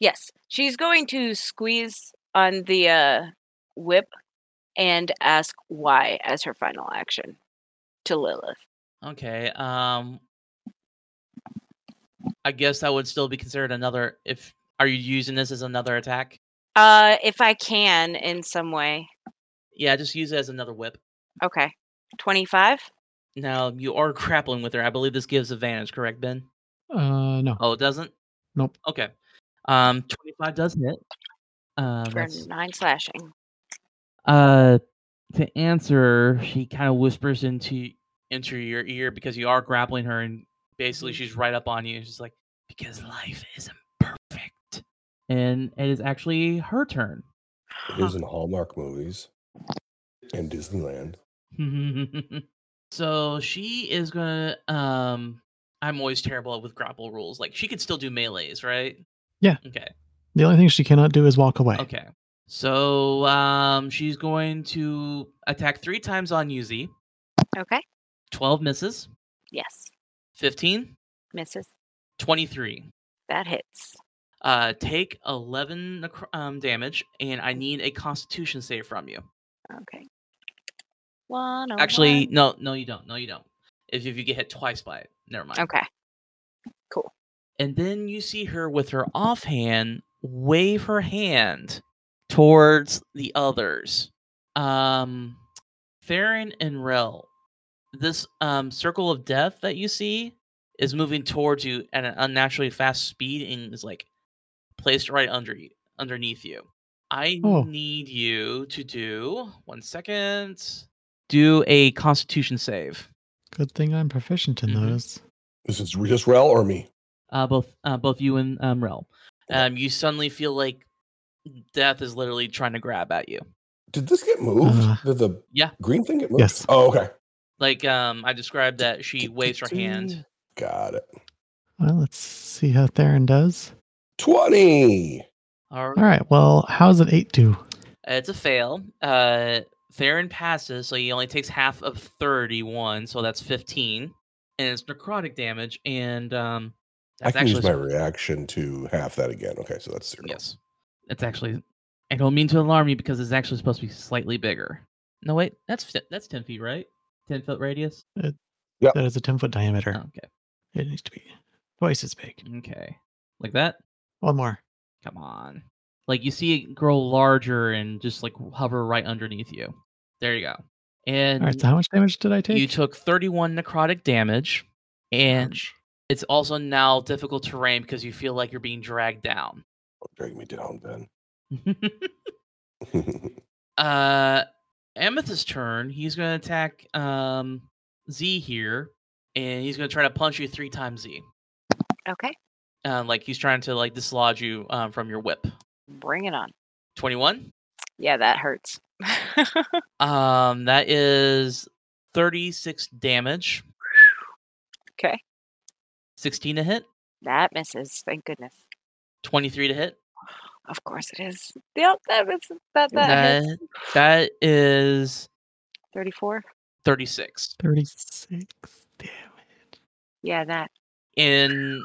S7: Yes, she's going to squeeze on the uh, whip and ask why as her final action to Lilith.
S3: Okay. Um, I guess that would still be considered another. If are you using this as another attack?
S7: Uh, if I can in some way.
S3: Yeah, just use it as another whip.
S7: Okay. 25?
S3: Now you are grappling with her. I believe this gives advantage, correct, Ben?
S4: Uh, no.
S3: Oh, it doesn't.
S4: Nope.
S3: Okay. Um, twenty-five does hit. Um,
S7: for 9 slashing.
S3: uh, to answer, she kind of whispers into into your ear because you are grappling her, and basically she's right up on you. She's like, "Because life isn't perfect," and it is actually her turn.
S2: It is in Hallmark movies and Disneyland.
S3: so she is gonna. Um, I'm always terrible with grapple rules. Like she could still do melee's, right?
S4: Yeah.
S3: Okay.
S4: The only thing she cannot do is walk away.
S3: Okay. So um, she's going to attack three times on Yuzi.
S7: Okay.
S3: Twelve misses.
S7: Yes.
S3: 15,
S7: Misses.
S3: 23.
S7: That hits.
S3: Uh, take 11 necro- um, damage, and I need a Constitution save from you.
S7: Okay. One. oh
S3: Actually,
S7: one.
S3: no, no, you don't. No, you don't. If, if you get hit twice by it, never mind.
S7: Okay.
S3: And then you see her with her offhand wave her hand towards the others. Um, Theron and Rel, this um, circle of death that you see is moving towards you at an unnaturally fast speed and is like placed right under you, underneath you. I
S4: Oh.
S3: need you to do one second. Do a Constitution save.
S4: Good thing I'm proficient in
S3: Mhm.
S4: those.
S2: This is just Rel or me?
S3: uh, both uh, both you and um, Rel.
S2: Yeah.
S3: Um, you suddenly feel like death is literally trying to grab at you.
S2: Did this get moved?
S4: Uh,
S2: Did the
S3: yeah.
S2: green thing get moved?
S4: Yes.
S2: Oh, okay.
S3: Like um, I described that she waves her hand.
S2: Got it.
S4: Well, let's see how Theron does.
S2: 20.
S3: All
S4: All
S3: right,
S4: right. Well, how's an eight do?
S3: it's a fail. Uh, Theron passes, so he only takes half of thirty-one, so that's fifteen, and it's necrotic damage. And um,
S2: I
S3: that's
S2: can use
S3: actually
S2: my reaction to half that again. Okay, so that's zero.
S3: yes, it's actually. I don't mean to alarm you because it's actually supposed to be slightly bigger. No wait, that's fi- that's ten feet, right? Ten foot radius.
S2: Yep.
S4: That is a 10 foot diameter.
S3: Okay.
S4: It needs to be twice as big.
S3: Okay. Like that?
S4: One more.
S3: Come on. Like you see it grow larger and just like hover right underneath you. There you go. And
S4: All right. So, how much damage did I take?
S3: you took 31 necrotic damage and it's also now difficult terrain because you feel like you're being dragged down.
S2: Don't Drag me down, Ben.
S3: uh Amethyst's turn, he's going to attack um Z here and he's going to try to punch you 3 times Z.
S7: Okay.
S3: Uh, like he's trying to like dislodge you um, from your whip.
S7: Bring it on.
S3: 21
S7: Yeah, that hurts.
S3: Um, that is 36 damage.
S7: 'Kay.
S3: 16 to hit,
S7: that misses. Thank goodness.
S3: 23 to hit.
S7: Of course it is. Yep, that misses. That, that hits.
S3: That, that is
S7: 34?
S3: 36.
S4: 36 damage.
S7: Yeah, that.
S3: And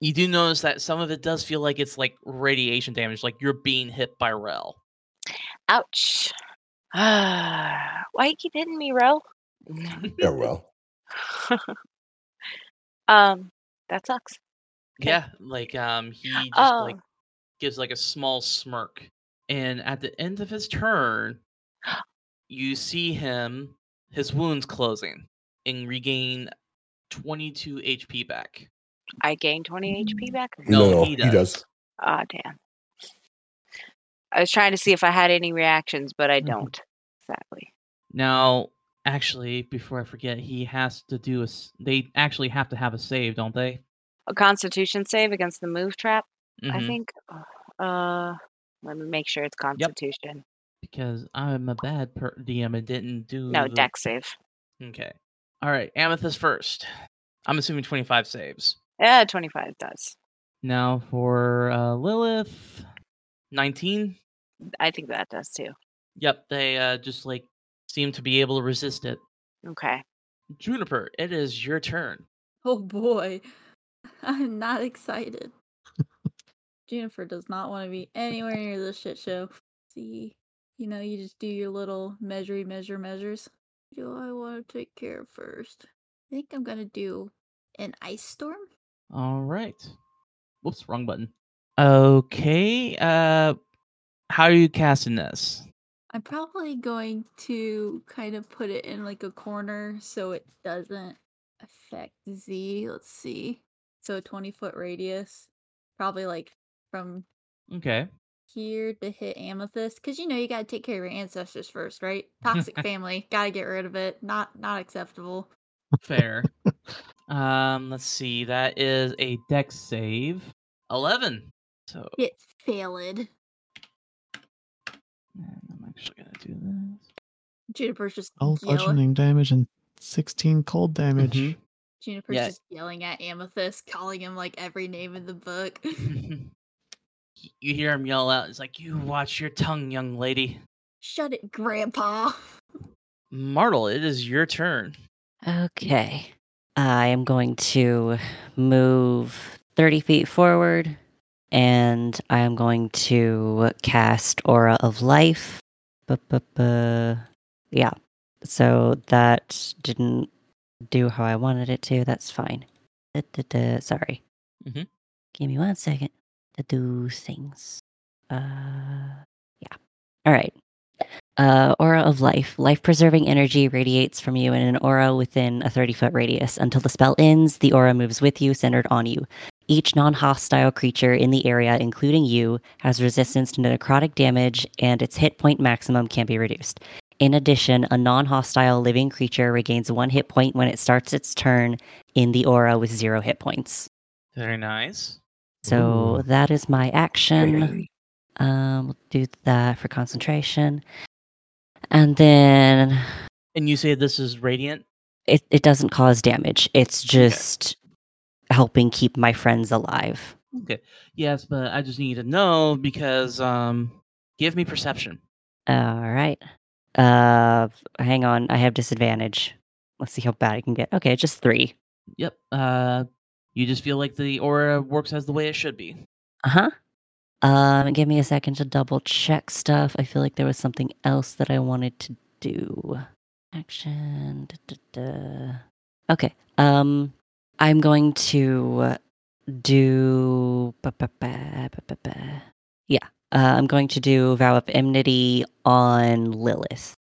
S3: you do notice that some of it does feel like it's like radiation damage, like you're being hit by Rel.
S7: Ouch. Why you keep hitting me, Rel?
S2: yeah, well.
S7: um, that sucks. Okay.
S3: Yeah, like um he just like
S7: Oh.
S3: gives like a small smirk. And at the end of his turn, you see him his wounds closing and regain 22 HP back.
S7: I gain 20 HP back.
S3: No,
S2: No,
S3: he
S2: he
S3: does.
S2: does.
S7: Ah, damn. I was trying to see if I had any reactions, but I
S4: Mhm.
S7: don't. Sadly.
S3: Now, actually, before I forget, he has to do a s- they actually have to have a save, don't they?
S7: A constitution save against the move trap? I
S3: Mhm.
S7: think. Uh, let me make sure it's Constitution.
S3: because I'm a bad per- DM and didn't do the-
S7: No, Dex save.
S3: Okay. All right, Amethyst first. I'm assuming 25 saves.
S7: Yeah, twenty-five does.
S3: Now for uh, Lilith, 19.
S7: I think that does too.
S3: Yep, they uh, just like seem to be able to resist it.
S7: Okay.
S3: Juniper, it is your turn.
S5: Oh boy. I'm not excited. Jennifer does not want to be anywhere near this shit show. See, you know, you just do your little measure, measure, measures. Who Do I want to take care of first? I think I'm going to do an ice storm.
S3: All right. Whoops, wrong button. Okay. Uh, how are you casting this?
S5: I'm probably going to kind of put it in like a corner so it doesn't affect Z. Let's see. So a 20 foot radius, probably like from
S3: Okay.
S5: here to hit amethyst because you know you got to take care of your ancestors first right toxic family got to get rid of it not not acceptable
S3: Fair. um, let's see. That is a dex save. 11. So
S5: get failed
S3: and I'm actually going to do this.
S5: juniper's just
S4: All
S5: yelling
S4: bludgeoning damage and 16 cold damage.
S3: Mhm.
S5: juniper's
S3: Yeah.
S5: just yelling at amethyst calling him like every name in the book
S3: Y- you hear him yell out. It's like, you watch your tongue, young lady.
S5: shut it grandpa
S3: Martle, it is your turn.
S6: Okay. I am going to move 30 feet forward and I am going to cast Aura of Life. Ba-ba-ba. Yeah. So that didn't do how I wanted it to. That's fine. Da-da-da. Sorry.
S3: Mhm.
S6: Give me one second to do things. Uh, yeah. All right. Uh, aura of life. Life preserving energy radiates from you in an aura within a 30 foot radius. Until the spell ends, the aura moves with you, centered on you. Each non hostile creature in the area, including you, has resistance to necrotic damage and its hit point maximum can be reduced. In addition, a non hostile living creature regains one hit point when it starts its turn in the aura with zero hit points.
S3: Very nice.
S6: So
S4: Ooh.
S6: that is my action. Um, we'll do that for concentration. And then
S3: And you say this is radiant?
S6: it, it doesn't cause damage. It's just helping keep my friends alive.
S3: Okay. Yes, but I just need to know because um give me perception.
S6: All right. Uh, hang on. I have disadvantage. Let's see how bad it can get. Okay, just three.
S3: Yep. Uh you just feel like the aura works as the way it should be.
S6: Uh huh. Um, give me a second to double check stuff. I feel like there was something else that I wanted to do. Action. duh, duh, duh. Okay. Um, I'm going to do. ba, ba, ba, ba, ba, ba. Yeah. Uh, I'm going to do vow of enmity on Lilith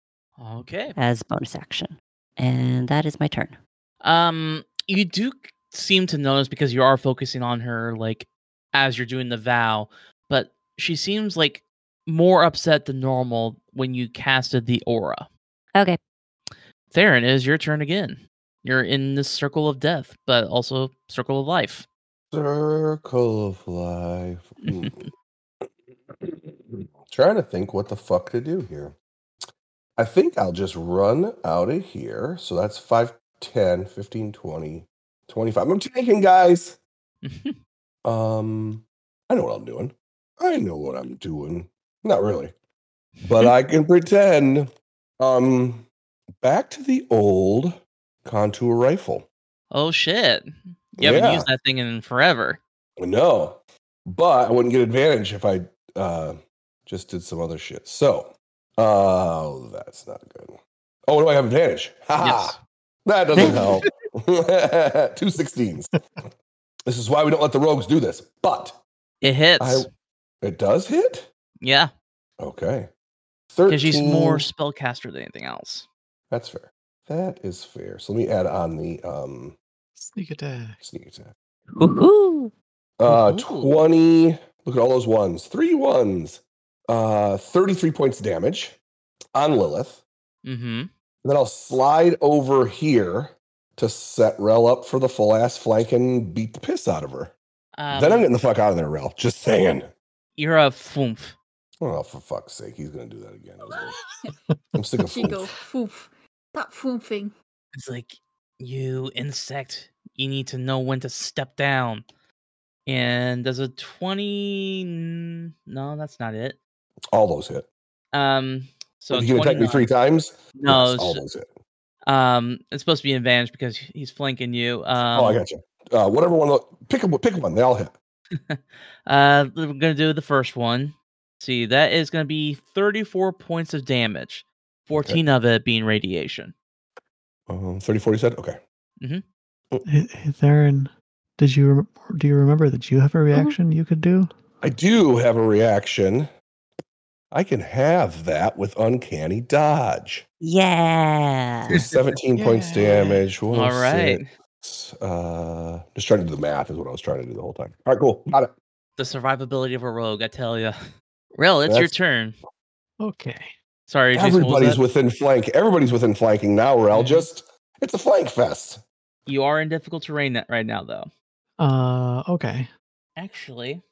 S3: Okay.
S6: as bonus action, and that is my turn.
S3: Um you do c- seem to notice because you are focusing on her like as you're doing the vow, but she seems like more upset than normal when you casted the aura.
S6: Okay.
S3: Theron, it is your turn again. You're in this circle of death, but also circle of life.
S2: Circle of life. Mm. Trying to think what the fuck to do here. I think I'll just run out of here. So that's 5, 10, 15, 20, 25. I'm taking, guys. Um, I know what I'm doing. I know what I'm doing. Not really, but I can pretend. Um, back to the old contour rifle.
S3: Oh shit. You haven't
S2: Yeah.
S3: used that thing in forever.
S2: No, but I wouldn't get advantage if I uh, just did some other shit. So, oh, that's not good. Oh, what do I have advantage? Ha
S3: Yes.
S2: ha. That doesn't help. Two 16s. this is why we don't let the rogues do this. But
S3: It hits.
S2: I, it does hit.
S3: yeah.
S2: Okay.
S3: Because she's more
S2: 13.
S3: spellcaster than anything else.
S2: That's fair. That is fair. So let me add on the um,
S4: Sneak attack.
S2: sneak attack.
S6: Woohoo!
S2: Uh,
S3: Ooh.
S2: 20. Look at all those ones. Three ones. Uh, 33 points damage on Lilith.
S3: Mm-hmm.
S2: And then I'll slide over here to set Rel up for the full ass flank and beat the piss out of her.
S3: Um,
S2: then I'm getting the fuck out of there, Rel. Just saying.
S3: You're a foomf.
S2: Oh, for fuck's sake, he's gonna do that again. isn't he? I'm sick of
S5: She go,
S2: fools.
S5: foof. Stop foofing.
S3: It's like, you insect, you need to know when to step down. And does a 20. n- No, that's not it.
S2: All those hit.
S3: Um, so
S2: you gonna attack me
S3: 29.
S2: three times?
S3: No,
S2: Yes, all
S3: it's-
S2: those hit.
S3: um, it's supposed to be an advantage because he's flanking you. Um,
S2: oh, I got you. Uh, whatever one. of the- Pick a, pick one. They all hit.
S3: Uh, we're gonna do the first one. See, that is gonna be 34 points of damage, 14 of it being radiation.
S2: Um, 30, 40 said. Okay.
S4: Hey, hey, Theron, did you rem- do you remember that you have a reaction you could do?
S2: I do have a reaction. I can have that with uncanny dodge.
S6: Yeah.
S2: So 17 points
S4: Yeah.
S2: damage. One
S3: All right,
S2: six, Uh, just trying to do the math is what I was trying to do the whole time. All right, cool. Got it.
S3: the survivability of a rogue, I tell you. Real, it's your
S2: That's-
S3: turn.
S4: Okay.
S3: Sorry, Jason, what was
S2: Everybody's
S3: that?
S2: within flank. Everybody's within flanking now, Rel.
S3: Mhm.
S2: Just it's a flank fest.
S3: you are in difficult terrain that- right now, though.
S4: Uh. Okay.
S3: Actually,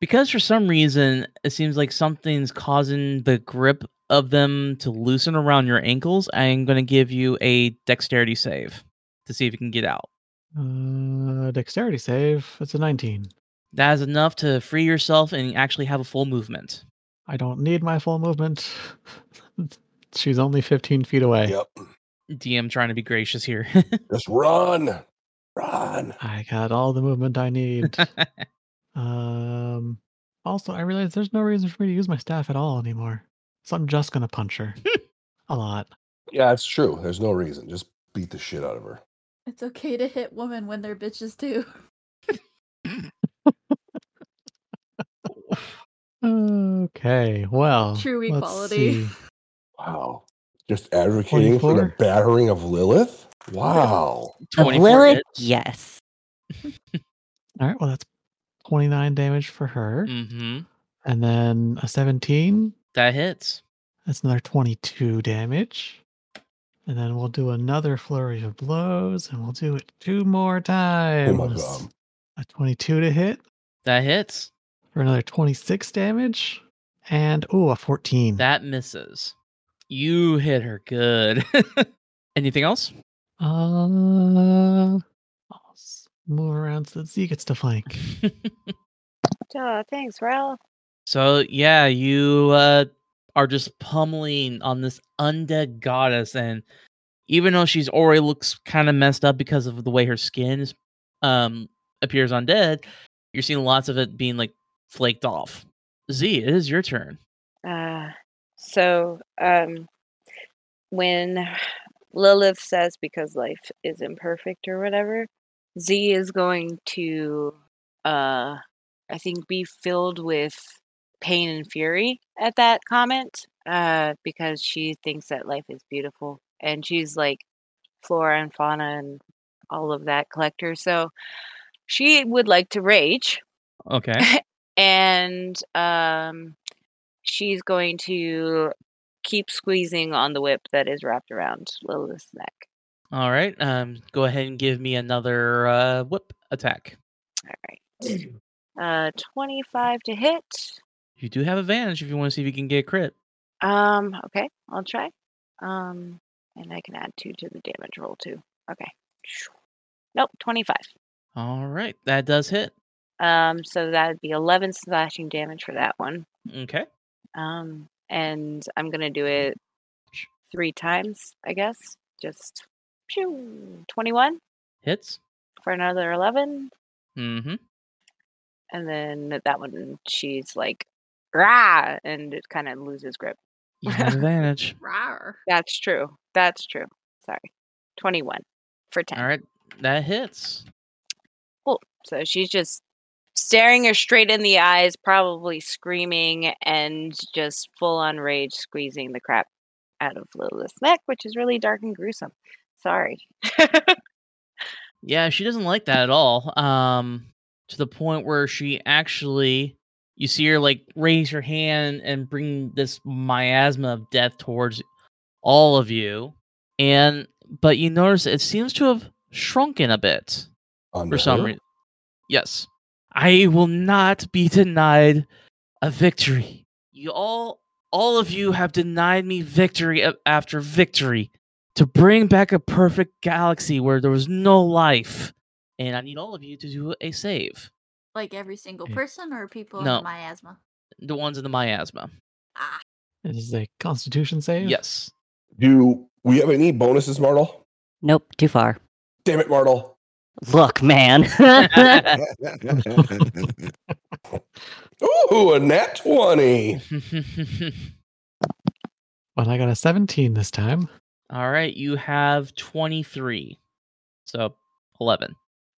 S3: because for some reason it seems like something's causing the grip of them to loosen around your ankles, I am gonna give you a dexterity save to see if you can get out.
S4: Uh, dexterity save. It's a 19.
S3: That is enough to free yourself and actually have a full movement.
S4: I don't need my full movement. She's only 15 feet away.
S2: Yep.
S3: DM trying to be gracious here.
S2: Just run, run.
S4: I got all the movement I need. um. Also, I realize there's no reason for me to use my staff at all anymore, so I'm just gonna punch her. a lot.
S2: Yeah, it's true. There's no reason. Just beat the shit out of her.
S5: It's okay to hit women when they're bitches too.
S4: Okay. Well.
S5: True
S4: let's
S5: equality.
S4: see.
S2: Wow. Just advocating for the
S4: 24?
S2: battering of Lilith. Wow.
S6: Of
S3: 24
S6: Lilith,
S3: hits.
S6: yes.
S4: All right. Well, that's 29 damage for her,
S2: Mm.
S3: Mhm.
S4: and then a 17.
S3: That hits.
S4: That's another 22 damage. And then we'll do another flurry of blows and we'll do it two more times.
S2: Oh my god.
S4: A 22 to hit
S3: That hits.
S4: for another 26 damage. And oh, a 14.
S3: That misses. You hit her good. Anything else?
S4: uh, I'll s- move around so that Z gets to flank.
S7: Duh, thanks, Rel.
S3: so yeah, you uh, are just pummeling on this undead goddess, and even though she's already looks kind of messed up because of the way her skin is, um, appears undead, you're seeing lots of it being like flaked off. Z, it is your turn.
S7: Uh, so, um, when Lilith says because life is imperfect or whatever, Z is going to, uh, I think, be filled with pain and fury at that comment uh, because she thinks that life is beautiful and she's like flora and fauna and all of that collector. So, she would like to rage
S3: Okay.
S7: and um, she's going to keep squeezing on the whip that is wrapped around Lilith's neck.
S3: All right. Um, go ahead and give me another uh, whip attack.
S7: All right, uh, twenty-five to hit.
S3: You do have advantage if you want to see if you can get a crit.
S7: Um, okay, I'll try. Um, and I can add two to the damage roll too. Okay. Nope, twenty-five.
S3: All right, that does hit.
S7: Um, so that would be eleven slashing damage for that one.
S3: Okay.
S7: Um, and I'm gonna do it three times, I guess. Just phew, 21
S3: Hits.
S7: for another 11,
S3: Mm-hmm.
S7: and then that one she's like, rah, and it kind of loses grip.
S3: You have advantage.
S5: Rawr.
S7: That's true. That's true. Sorry, 21 for 10.
S3: All right, that hits.
S7: So she's just staring her straight in the eyes, probably screaming and just full on rage, squeezing the crap out of Lilith's neck, which is really dark and gruesome. Sorry.
S3: Yeah, she doesn't like that at all. Um, to the point where she actually, you see her like raise her hand and bring this miasma of death towards all of you, and but you notice it seems to have shrunken a bit.
S2: Under
S3: for some
S2: her?
S3: reason. Yes. I will not be denied a victory. You all all of you have denied me victory a- after victory to bring back a perfect galaxy where there was no life. And I need all of you to do a save.
S5: Like every single
S4: Yeah.
S5: person or people
S3: No.
S5: in miasma?
S3: The ones in the miasma.
S5: Ah,
S4: It is a constitution save.
S3: Yes.
S2: Do we have any bonuses, Martle?
S6: Nope, too far.
S2: Damn it, Martle.
S6: Look, man.
S2: Ooh, a nat 20.
S4: Well, I got a 17 this time.
S3: all right, you have 23. So 11.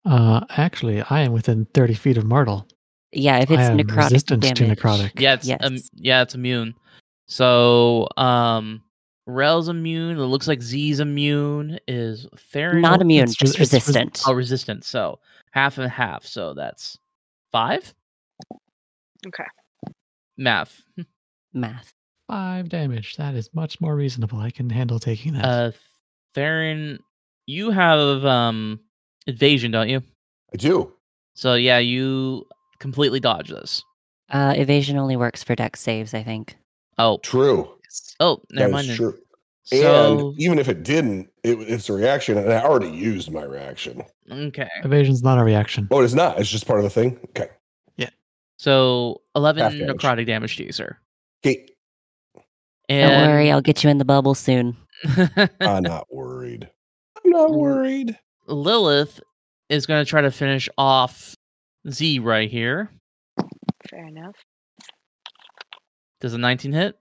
S4: Uh, actually, I am within 30 feet of Martle.
S6: yeah, if
S4: I
S6: it's
S4: am
S6: necrotic
S4: resistant to
S6: damage.
S4: necrotic.
S3: Yeah, it's um,
S6: Yes.
S3: yeah, it's immune. So, um Rel's immune. It looks like Z's immune. Is Theron
S6: Not immune,
S4: it's
S6: just
S4: res- it's res-
S6: resistant.
S3: Oh, resistant. So half and half. So that's five.
S7: Okay.
S3: Math.
S6: Math.
S4: Five damage. That is much more reasonable. I can handle taking that.
S3: Uh, Theron, you have um evasion, don't you?
S2: I do.
S3: So yeah, you completely dodge this.
S6: Uh, evasion only works for deck saves, I think.
S3: Oh,
S2: True.
S3: oh, never
S2: That's
S3: mind. then.
S2: true.
S3: So
S2: and even if it didn't, it, it's a reaction, and I already used my reaction.
S3: okay,
S4: Evasion's not a reaction.
S2: Oh, it's not. It's just part of the thing. Okay.
S3: so eleven
S2: damage.
S3: necrotic damage to you, sir.
S2: Okay.
S3: And
S6: Don't worry, I'll get you in the bubble soon.
S2: I'm not worried. I'm not
S3: Mm.
S2: worried.
S3: Lilith is going to try to finish off Z right here.
S7: Fair enough.
S3: Does a 19 hit?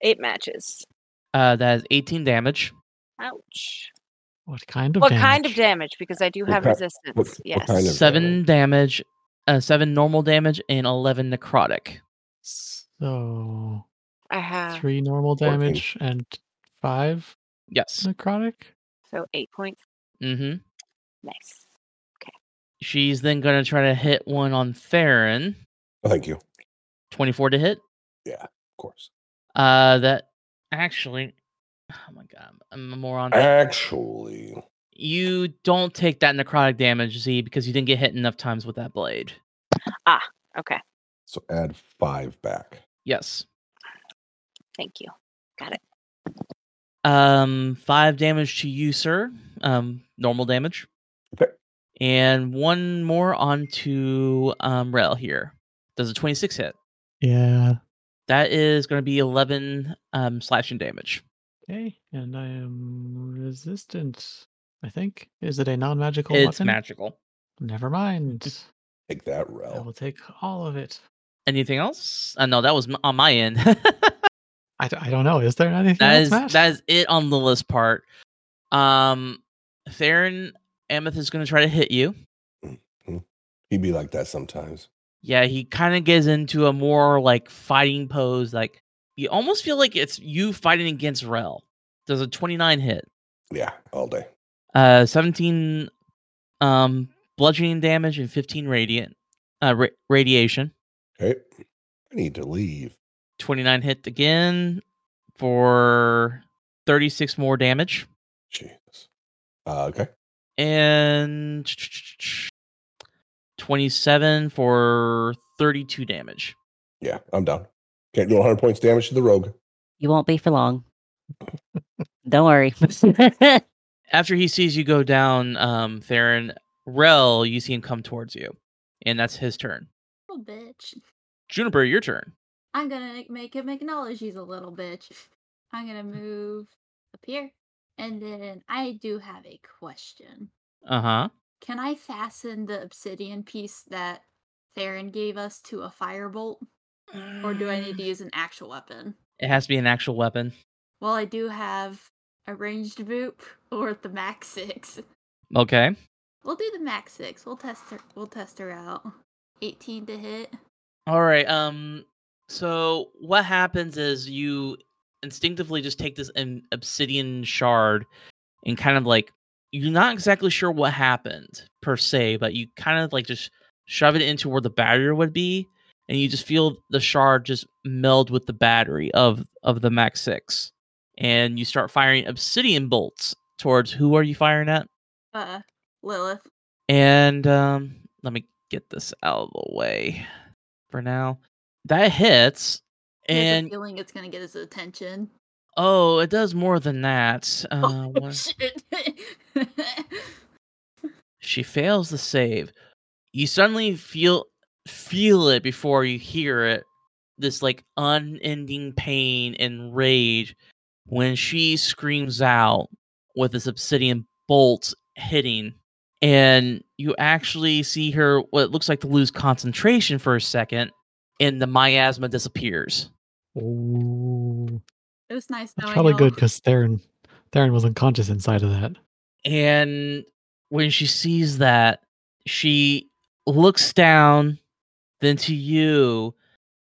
S7: Eight matches.
S3: Uh, that is 18 damage.
S7: Ouch.
S4: What kind of
S7: What
S4: damage?
S7: kind of damage? Because I do
S2: What
S7: have
S2: ki-
S7: resistance.
S2: what- what
S7: yes.
S2: kind of-
S3: Seven damage, uh, seven normal damage, and 11 necrotic.
S4: So
S7: I have
S4: three normal
S2: 14.
S4: damage and five
S3: Yes.
S4: necrotic.
S7: so eight points.
S3: Mm-hmm.
S7: Nice.
S3: She's then going to try to hit one on Theron.
S2: Oh, thank you. Of
S3: 24 to hit.
S2: course.
S3: Uh, that actually, oh my god, I'm a moron.
S2: Uh, Actually,
S3: You don't take that necrotic damage, Z, because you didn't get hit enough times with that blade.
S7: Okay.
S2: so add five back.
S3: Yes.
S7: Thank you.
S3: Um, five damage to you, sir. Um, normal damage.
S2: Okay.
S3: And one more onto um Rel here. Does a 26 hit?
S4: Yeah.
S3: That is going to be 11 um slashing damage.
S4: Okay. And I am resistant. I think. Is it a non-magical
S3: it's
S4: weapon?
S3: magical.
S4: Never mind.
S2: Take that,
S4: I
S3: oh.
S4: will
S2: Rel.
S4: take all of it.
S3: Anything else? Uh, no, that was m- on my end.
S4: I, d- I don't know. Is there anything
S3: that
S4: else,
S3: is
S4: Matt?
S3: that is it on the list part. Um, Theron Amethyst is going to try to hit you.
S2: He'd be like that sometimes.
S3: Yeah, he kind of gets into a more like fighting pose. Like you almost feel like it's you fighting against Rel. Does a 29 hit?
S2: Yeah, all day.
S3: Uh, 17 um bludgeoning damage and 15 radiant uh ra- radiation.
S2: Okay. I need to leave.
S3: 29 hit again for 36 more damage
S2: Jesus. Uh, okay.
S3: and 27 for 32 damage.
S2: Yeah, I'm down. Can't do 100 points damage to the rogue.
S6: You won't be for long. Don't worry.
S3: after he sees you go down, um, Theron, Rel, you see him come towards you, and that's his turn.
S5: little bitch.
S3: Juniper, your turn.
S5: I'm gonna make him acknowledge he's a little bitch. I'm gonna move up here. And then I do have a question.
S3: Uh huh.
S5: Can I fasten the obsidian piece that Theron gave us to a firebolt? Or do I need to use an actual weapon?
S3: It has to be an actual weapon.
S5: Well, I do have a ranged boop or the max six.
S3: Okay.
S5: We'll do the max six. We'll test her. We'll test her out. 18 to hit.
S3: All right. Um. So what happens is you instinctively just take this an obsidian shard and kind of like you're not exactly sure what happened per se, but you kind of like just shove it into where the battery would be, and you just feel the shard just meld with the battery of of the Max Six, and you start firing obsidian bolts towards who are you firing at?
S5: Uh, Lilith.
S3: And um, let me get this out of the way for now. That hits,
S5: He has a
S3: and
S5: feeling it's gonna get his attention.
S3: oh, it does more than that. Uh,
S5: oh,
S3: one-
S5: shit.
S3: She fails the save. You suddenly feel feel it before you hear it. This like unending pain and rage when she screams out with this obsidian bolt hitting and you actually see her what looks like to lose concentration for a second and the miasma disappears.
S4: Ooh.
S5: it was nice
S4: That's
S5: knowing
S4: probably
S5: y'all.
S4: good because Theron, Theron was unconscious inside of that.
S3: And when she sees that, she looks down, then to you.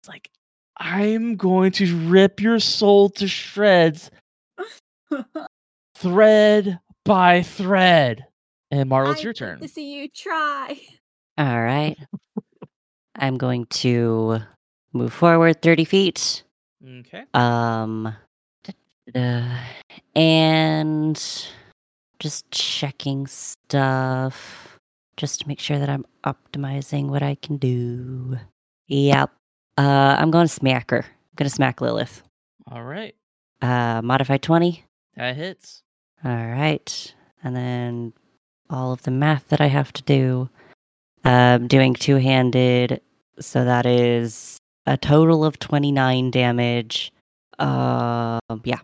S3: It's like, I'm going to rip your soul to shreds, thread by thread. And Marla, it's
S5: I
S3: your
S5: need
S3: turn.
S5: To see you try.
S6: All right. I'm going to move forward 30 feet.
S3: Okay.
S6: Um, da-da-da, and just checking stuff just to make sure that I'm optimizing what I can do. Yep. Uh, I'm going to smack her. I'm going to smack Lilith.
S3: All right.
S6: Uh, modify 20.
S3: That hits.
S6: All right. And then all of the math that I have to do. Um, doing two handed. So that is a total of 29 damage. Um, yeah.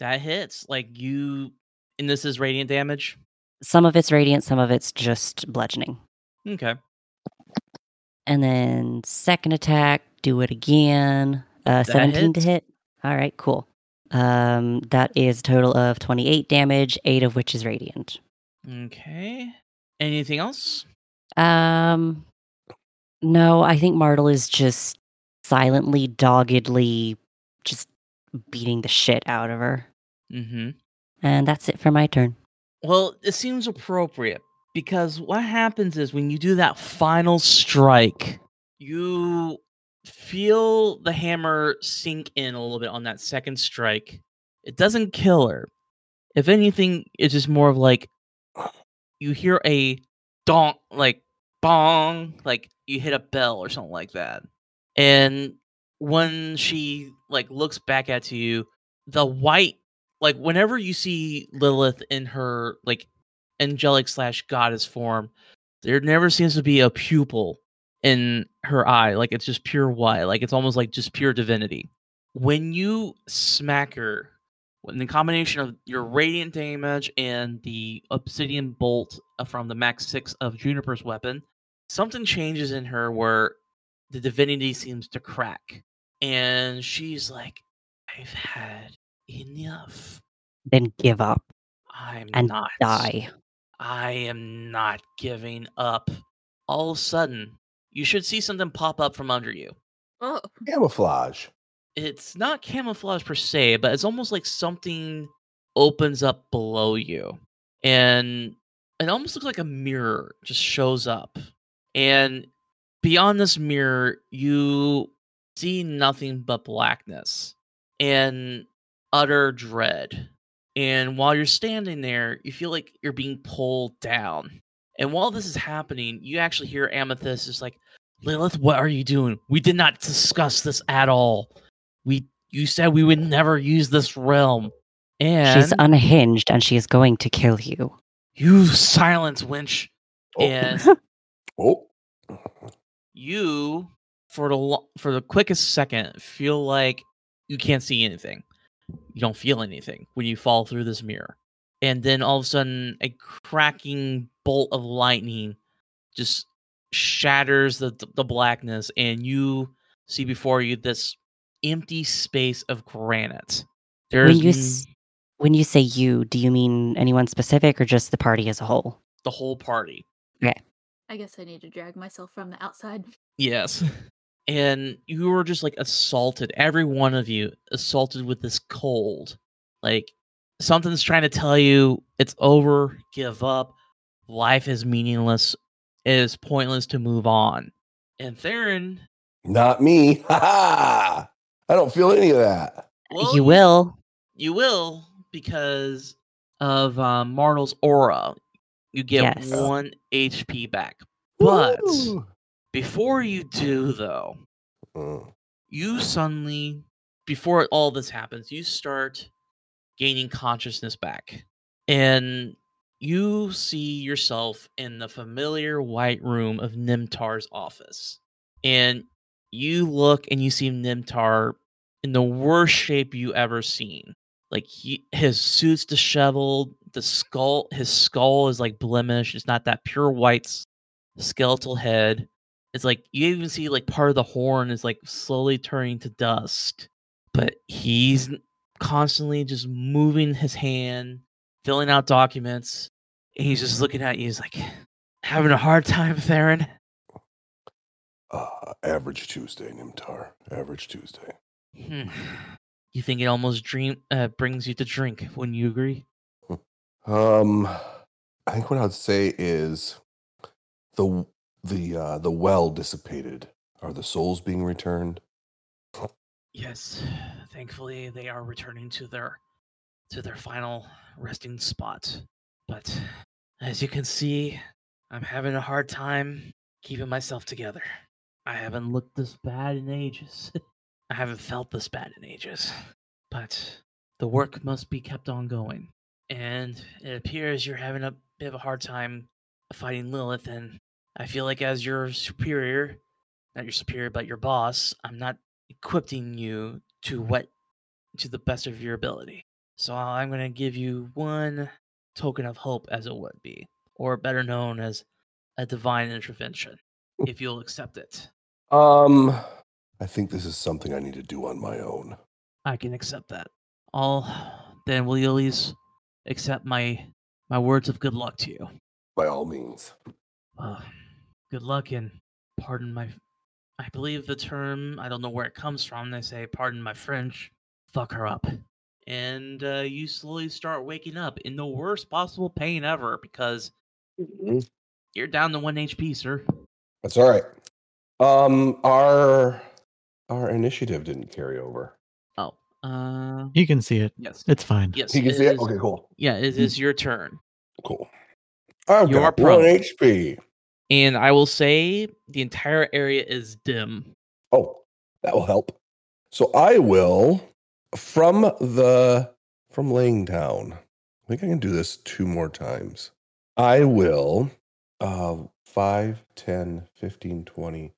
S3: That hits. Like you, and this is radiant damage.
S6: some of it's radiant, some of it's just bludgeoning.
S3: Okay.
S6: And then second attack, do it again. Uh,
S3: That
S6: 17 to
S3: hits.
S6: hit. All right, cool. Um, that is a total of 28 damage, eight of which is radiant.
S3: Okay. Anything else?
S6: Um, no, I think Martle is just silently, doggedly, just beating the shit out of her.
S3: Mm hmm.
S6: And that's it for my turn.
S3: Well, it seems appropriate because what happens is when you do that final strike, you feel the hammer sink in a little bit on that second strike. It doesn't kill her. If anything, it's just more of like you hear a donk, like bong, like you hit a bell or something like that. And when she like looks back at you, the white like whenever you see Lilith in her like angelic slash goddess form, there never seems to be a pupil in her eye. Like it's just pure white. Like it's almost like just pure divinity. When you smack her, when the combination of your radiant damage and the obsidian bolt uh, from the max six of Juniper's weapon, something changes in her where the divinity seems to crack. And she's like, I've had enough.
S6: Then give up,
S3: I'm
S6: And
S3: not
S6: die.
S3: I am not giving up. All of a sudden, you should see something pop up from under you.
S5: Oh,
S2: Camouflage.
S3: It's not camouflage per se, but it's almost like something opens up below you. And it almost looks like a mirror just shows up. And beyond this mirror, you see nothing but blackness and utter dread. And while you're standing there, you feel like you're being pulled down. And while this is happening, you actually hear Amethyst is like, Lilith, what are you doing? We did not discuss this at all. We you said we would never use this realm. And
S6: She's unhinged and she is going to kill you.
S3: you silence winch
S2: Oh.
S3: and
S2: Oh.
S3: you for the lo- for the quickest second feel like you can't see anything you don't feel anything when you fall through this mirror and then all of a sudden a cracking bolt of lightning just shatters the the blackness and you see before you this empty space of granite there's
S6: you s-
S3: n-
S6: When you say you, do you mean anyone specific or just the party as a whole?
S3: the whole party
S5: I guess I need to drag myself from the outside.
S3: Yes. And you were just like assaulted, every one of you assaulted with this cold. Like something's trying to tell you it's over, give up, life is meaningless, it is pointless to move on. And Theron,
S2: Not me. Ha ha. I don't feel any of that.
S3: well,
S6: you will.
S3: You will because of um, Martel's aura. You get
S6: Yes.
S3: one HP back. But
S2: Woo!
S3: before you do, though,
S2: Mm.
S3: you suddenly, before all this happens, you start gaining consciousness back. And you see yourself in the familiar white room of Nimtar's office. And you look and you see Nimtar in the worst shape you ever seen. Like he, his suit's disheveled, the skull, his skull is like blemished. It's not that pure white s- skeletal head it's like you even see like part of the horn is like slowly turning to dust but he's n- constantly just moving his hand filling out documents and he's just looking at you he's like having a hard time theron
S2: Ah, average Tuesday, Nimtar. Average Tuesday.
S3: hmm. you think it almost dream uh, brings you to drink wouldn't you agree
S2: Um, I think what I would say is the the uh, the well dissipated. Are the souls being returned?
S3: yes thankfully they are returning to their to their final resting spot but as you can see i'm having a hard time keeping myself together i haven't looked this bad in ages i haven't felt this bad in ages but the work must be kept on going and it appears you're having a bit of a hard time fighting lilith and i feel like as your superior not your superior but your boss i'm not equipping you to what to the best of your ability. So I'm going to give you one token of hope as it would be, or better known as a divine intervention, if you'll accept it.
S2: Um, I think this is something I need to do on my own.
S3: I can accept that. I'll then will you at least accept my my words of good luck to you.
S2: By all means.
S3: Uh, good luck and pardon my. I believe the term, I don't know where it comes from. They say, pardon my French, fuck her up. And uh, you slowly start waking up in the worst possible pain ever because
S2: Mm-hmm.
S3: you're down to 1 HP, sir.
S2: That's all right. Um, our our initiative didn't carry over.
S3: Oh. Uh,
S4: You can see it.
S3: yes.
S4: It's fine.
S3: Yes.
S2: He can
S3: it
S2: see it.
S3: is-
S2: Okay, Mm-hmm. cool,
S3: Yeah, it is your turn.
S2: cool. I've
S3: You are
S2: got
S3: prone.
S2: one HP.
S3: And I will say the entire area is dim.
S2: Oh, that will help. So I will from the from laying down. I think I can do this two more times. I will uh 5, 10, 15, 20,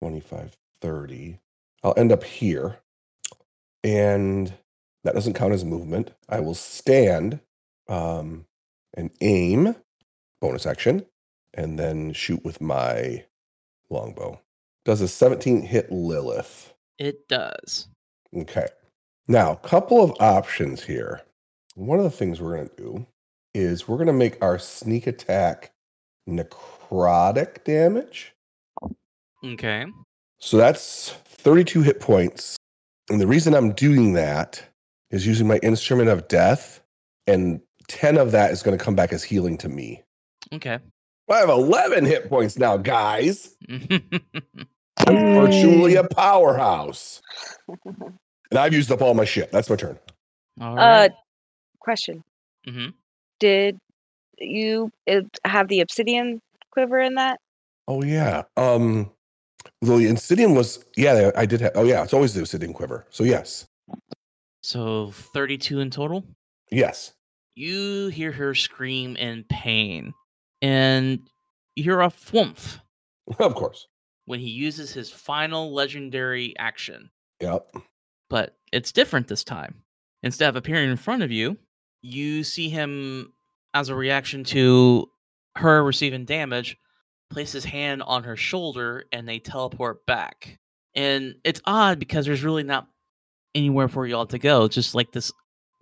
S2: 25, 30. I'll end up here. And that doesn't count as movement. I will stand um and aim bonus action and then shoot with my longbow. Does a 17 hit Lilith?
S3: It does.
S2: Okay. Now, couple of options here. One of the things we're going to do is we're going to make our sneak attack necrotic damage.
S3: Okay.
S2: So that's 32 hit points. And the reason I'm doing that is using my instrument of death, and 10 of that is going to come back as healing to me.
S3: Okay.
S2: I have 11 hit points now, guys. I'm virtually a powerhouse. And I've used up all my shit. That's my turn.
S3: All
S7: Uh,
S3: right.
S7: question.
S3: Mhm.
S7: Did you uh, have the obsidian quiver in that?
S2: Oh yeah. Um the Insidium was yeah, I did have oh yeah, it's always the Obsidian Quiver. So yes.
S3: so 32 in total?
S2: Yes.
S3: you hear her scream in pain and you hear a thwumph
S2: Of course.
S3: when he uses his final legendary action
S2: Yep.
S3: but it's different this time instead of appearing in front of you you see him as a reaction to her receiving damage place his hand on her shoulder and they teleport back and it's odd because there's really not anywhere for y'all to go it's just like this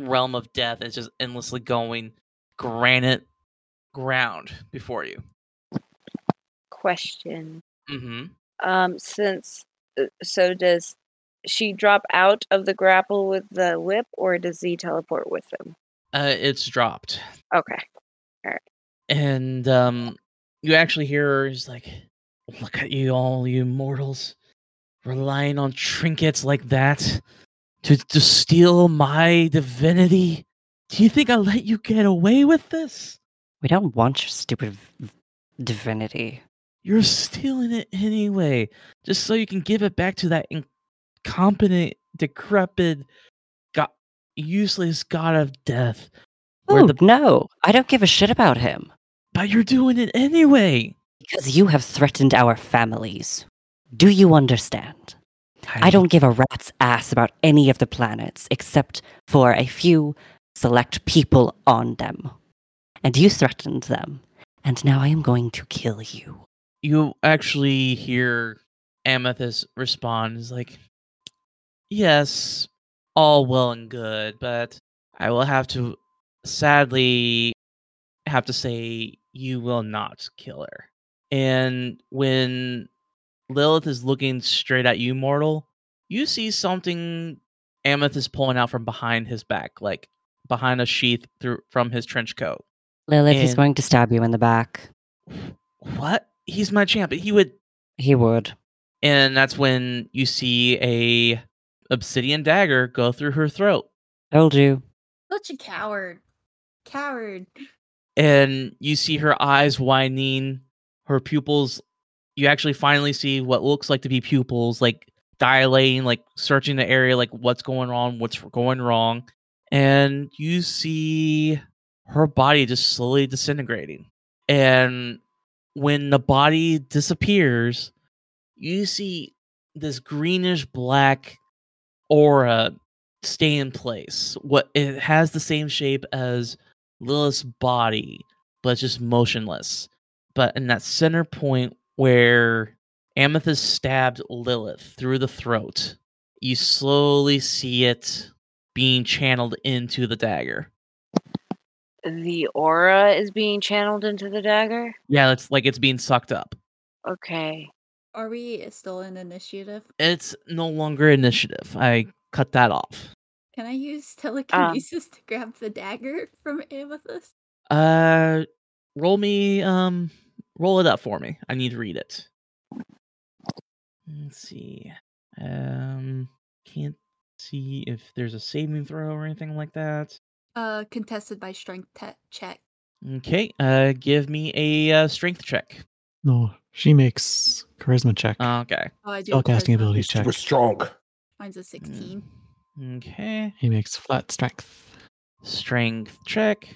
S3: realm of death is just endlessly going granite ground before you
S7: Question.
S3: mm-hmm
S7: Um, since uh, so does she drop out of the grapple with the whip, or does he teleport with them?
S3: uh, it's dropped
S7: Okay.
S3: and um, you actually hear her just like, "Look at you all, you mortals, relying on trinkets like that to to steal my divinity. Do you think I let you get away with this?"
S6: We don't want your stupid v- divinity.
S3: You're stealing it anyway, just so you can give it back to that incompetent, decrepit, go- useless god of death. Where
S6: Oh,
S3: the-
S6: no, I don't give a shit about him
S3: But you're doing it anyway.
S6: because you have threatened our families. Do you understand? I
S3: Heidi.
S6: don't give a rat's ass about any of the planets except for a few select people on them. And you threatened them. And now I am going to kill you.
S3: you actually hear Amethyst respond is like, "Yes, all well and good, but I will have to sadly have to say you will not kill her." And when Lilith is looking straight at you, mortal, you see something Amethyst pulling out from behind his back, like behind a sheath through from his trench coat.
S6: Lilith, he's
S3: And-
S6: going to stab you in the back.
S3: What? He's my champ. He would
S6: He would.
S3: and that's when you see a obsidian dagger go through her throat
S6: Told you.
S5: Such a coward. Coward.
S3: and you see her eyes widening her pupils you actually finally see what looks like to be pupils like dilating like searching the area like what's going on what's going wrong and you see her body just slowly disintegrating and when the body disappears you see this greenish black aura stay in place what it has the same shape as Lilith's body, but it's just motionless. But in that center point where Amethyst stabbed Lilith through the throat, you slowly see it being channeled into the dagger.
S7: The aura is being channeled into the dagger.
S3: Yeah, it's like it's being sucked up.
S7: Okay.
S5: Are we still in initiative?
S3: It's no longer initiative. I cut that off.
S5: Can I use telekinesis to grab the dagger from Amethyst?
S3: Uh roll me um roll it up for me. I need to read it. Let's see. Um can't see if there's a saving throw or anything like that.
S5: Uh, contested by strength te- check.
S3: Okay, uh give me a uh, strength check.
S4: No, Oh, she makes charisma check.
S3: Okay.
S5: Oh, I do. a
S4: Spellcasting
S5: charisma.
S4: abilities check.
S2: Super strong.
S5: Mine's a sixteen.
S3: Mm, Okay.
S4: He makes flat strength.
S3: Strength check.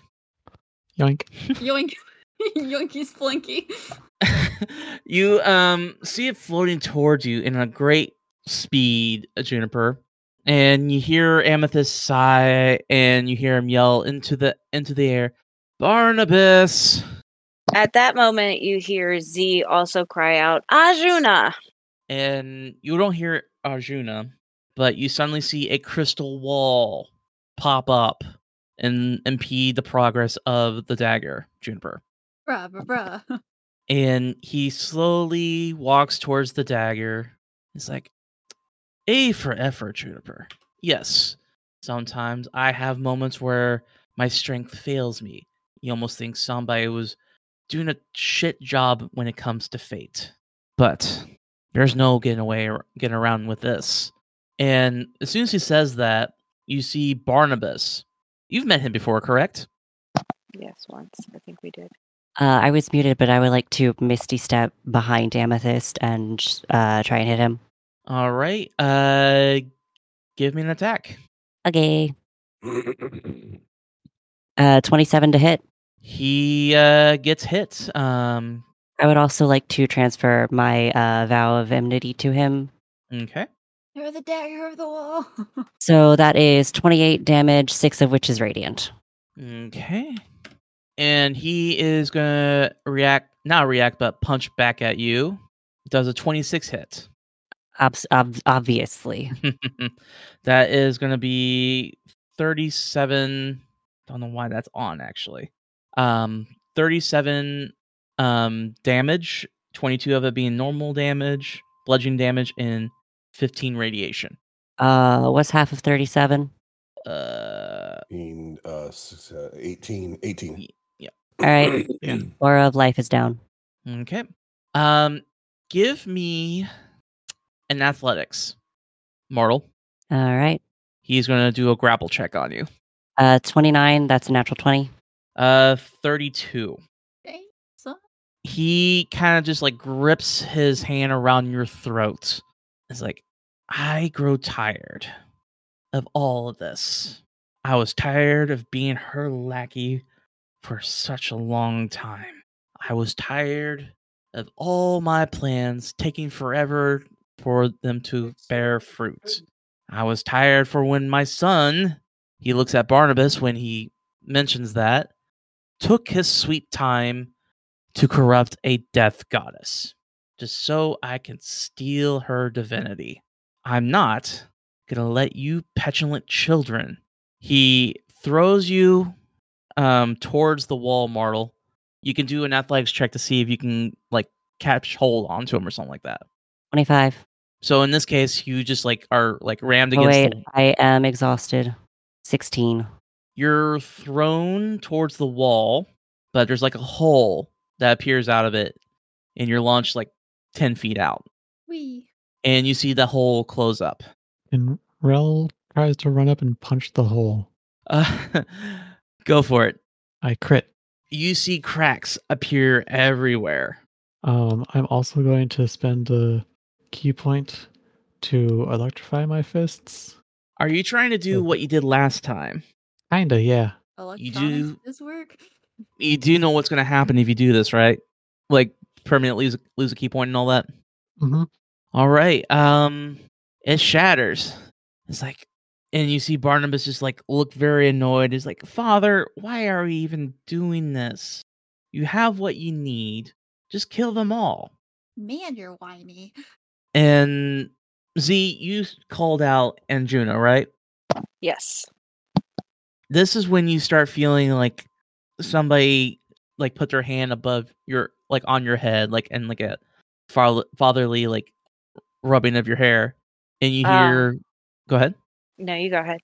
S4: Yoink.
S5: Yoink. Yoinky's flinky.
S3: you um see it floating towards you in a great speed, uh, Juniper, and you hear Amethyst sigh, and you hear him yell into the into the air, Barnabas.
S7: At that moment, you hear Z also cry out, "Ajuna!"
S3: And you don't hear Arjuna, but you suddenly see a crystal wall pop up and impede the progress of the dagger, Juniper.
S5: Bruh, bruh, bruh.
S3: and he slowly walks towards the dagger. He's like, A for effort, Juniper. Yes, sometimes I have moments where my strength fails me. You almost think somebody was doing a shit job when it comes to fate. But there's no getting away, getting around with this. And as soon as he says that, you see Barnabas. You've met him before, correct?
S7: Yes, once I think we did.
S6: Uh, I was muted, but I would like to misty step behind Amethyst and uh, try and hit him.
S3: All right. Uh, give me an attack.
S6: Okay. Uh, 27 to hit.
S3: He uh, gets hit. Um,
S6: I would also like to transfer my uh, vow of enmity to him.
S3: okay.
S5: Throw the dagger over the wall.
S6: So that is 28 damage, six of which is radiant.
S3: Okay. And he is going to react, not react, but punch back at you. Does a 26 hit.
S6: Ob- ob- obviously.
S3: that is going to be 37. Don't know why that's on actually. Um, 37 um, damage, 22 of it being normal damage, bludgeoning damage, and 15 radiation.
S6: Uh, what's half of 37?
S3: Uh,
S2: In, uh, six, uh, 18, 18.
S3: yeah.
S6: All right. Aura of life is down.
S3: Okay. Um, give me an athletics, mortal.
S6: All right.
S3: He's gonna do a grapple check on you.
S6: Uh, 29, that's a natural 20.
S3: Uh, thirty-two.
S5: Dang, son.
S3: he kind of just like grips his hand around your throat. It's like, I grow tired of all of this. I was tired of being her lackey for such a long time. I was tired of all my plans taking forever for them to bear fruit. I was tired for when my son, he looks at Barnabas when he mentions that, took his sweet time to corrupt a death goddess, just so I can steal her divinity. I'm not gonna let you petulant children. He throws you um, towards the wall, Martle. You can do an athletics check to see if you can like catch hold onto him or something like that.
S6: 25.
S3: So in this case, you just like are like rammed
S6: Oh,
S3: against.
S6: wait,
S3: the,
S6: I am exhausted. 16.
S3: you're thrown towards the wall, but there's like a hole that appears out of it, and you're launched like ten feet out.
S5: We.
S3: and you see the hole close up.
S4: And Rel tries to run up and punch the hole.
S3: Uh, go for it.
S4: I crit.
S3: You see cracks appear everywhere.
S4: Um, I'm also going to spend the key point to electrify my fists.
S3: Are you trying to do what you did last time?
S4: Kinda, yeah.
S5: Electronics does work.
S3: You do know what's going to happen if you do this, right? Like permanently lose, lose a key point and all that.
S4: Mm-hmm.
S3: All right. Um, it shatters. It's like, and you see Barnabas just like look very annoyed. He's like, Father, why are we even doing this? You have what you need. Just kill them all.
S5: Man, you're whiny.
S3: And Z, you s- called out Anjuna, right?
S7: Yes.
S3: This is when you start feeling like somebody like put their hand above your like on your head, like and like a fa- fatherly like rubbing of your hair, and you
S7: Ah.
S3: hear, "Go ahead."
S7: No, you go ahead.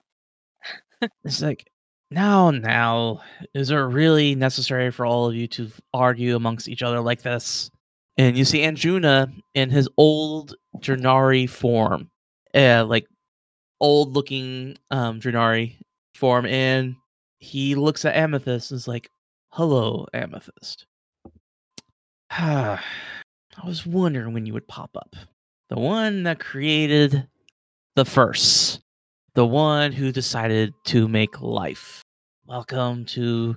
S3: It's like, now, now, is it really necessary for all of you to f- argue amongst each other like this? And you see Anjuna in his old Drenari form, uh, like old looking um, Drenari form, and he looks at Amethyst and is like, hello, Amethyst. I was wondering when you would pop up. The one that created the first the one who decided to make life. Welcome to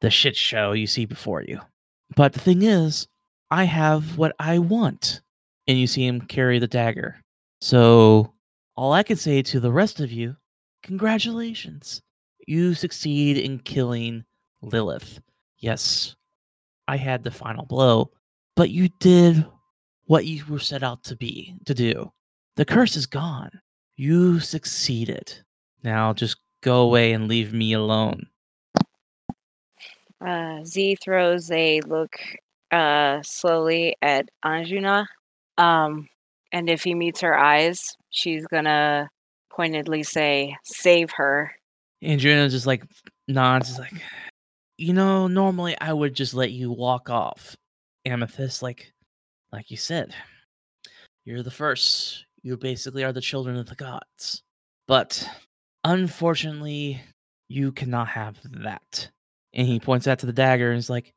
S3: the shit show you see before you. But the thing is, I have what I want. And you see him carry the dagger. So, all I can say to the rest of you congratulations. You succeed in killing Lilith. Yes, I had the final blow, but you did what you were set out to be to do. The curse is gone. You succeeded. Now just go away and leave me alone.
S7: Uh, Z throws a look uh, slowly at Anjuna. Um, and if he meets her eyes, she's going to pointedly say, Save her.
S3: And Juno just like nods, is like, you know, normally I would just let you walk off, Amethyst. Like, like you said, you're the first. You basically are the children of the gods. But unfortunately, you cannot have that. And he points out to the dagger and is like,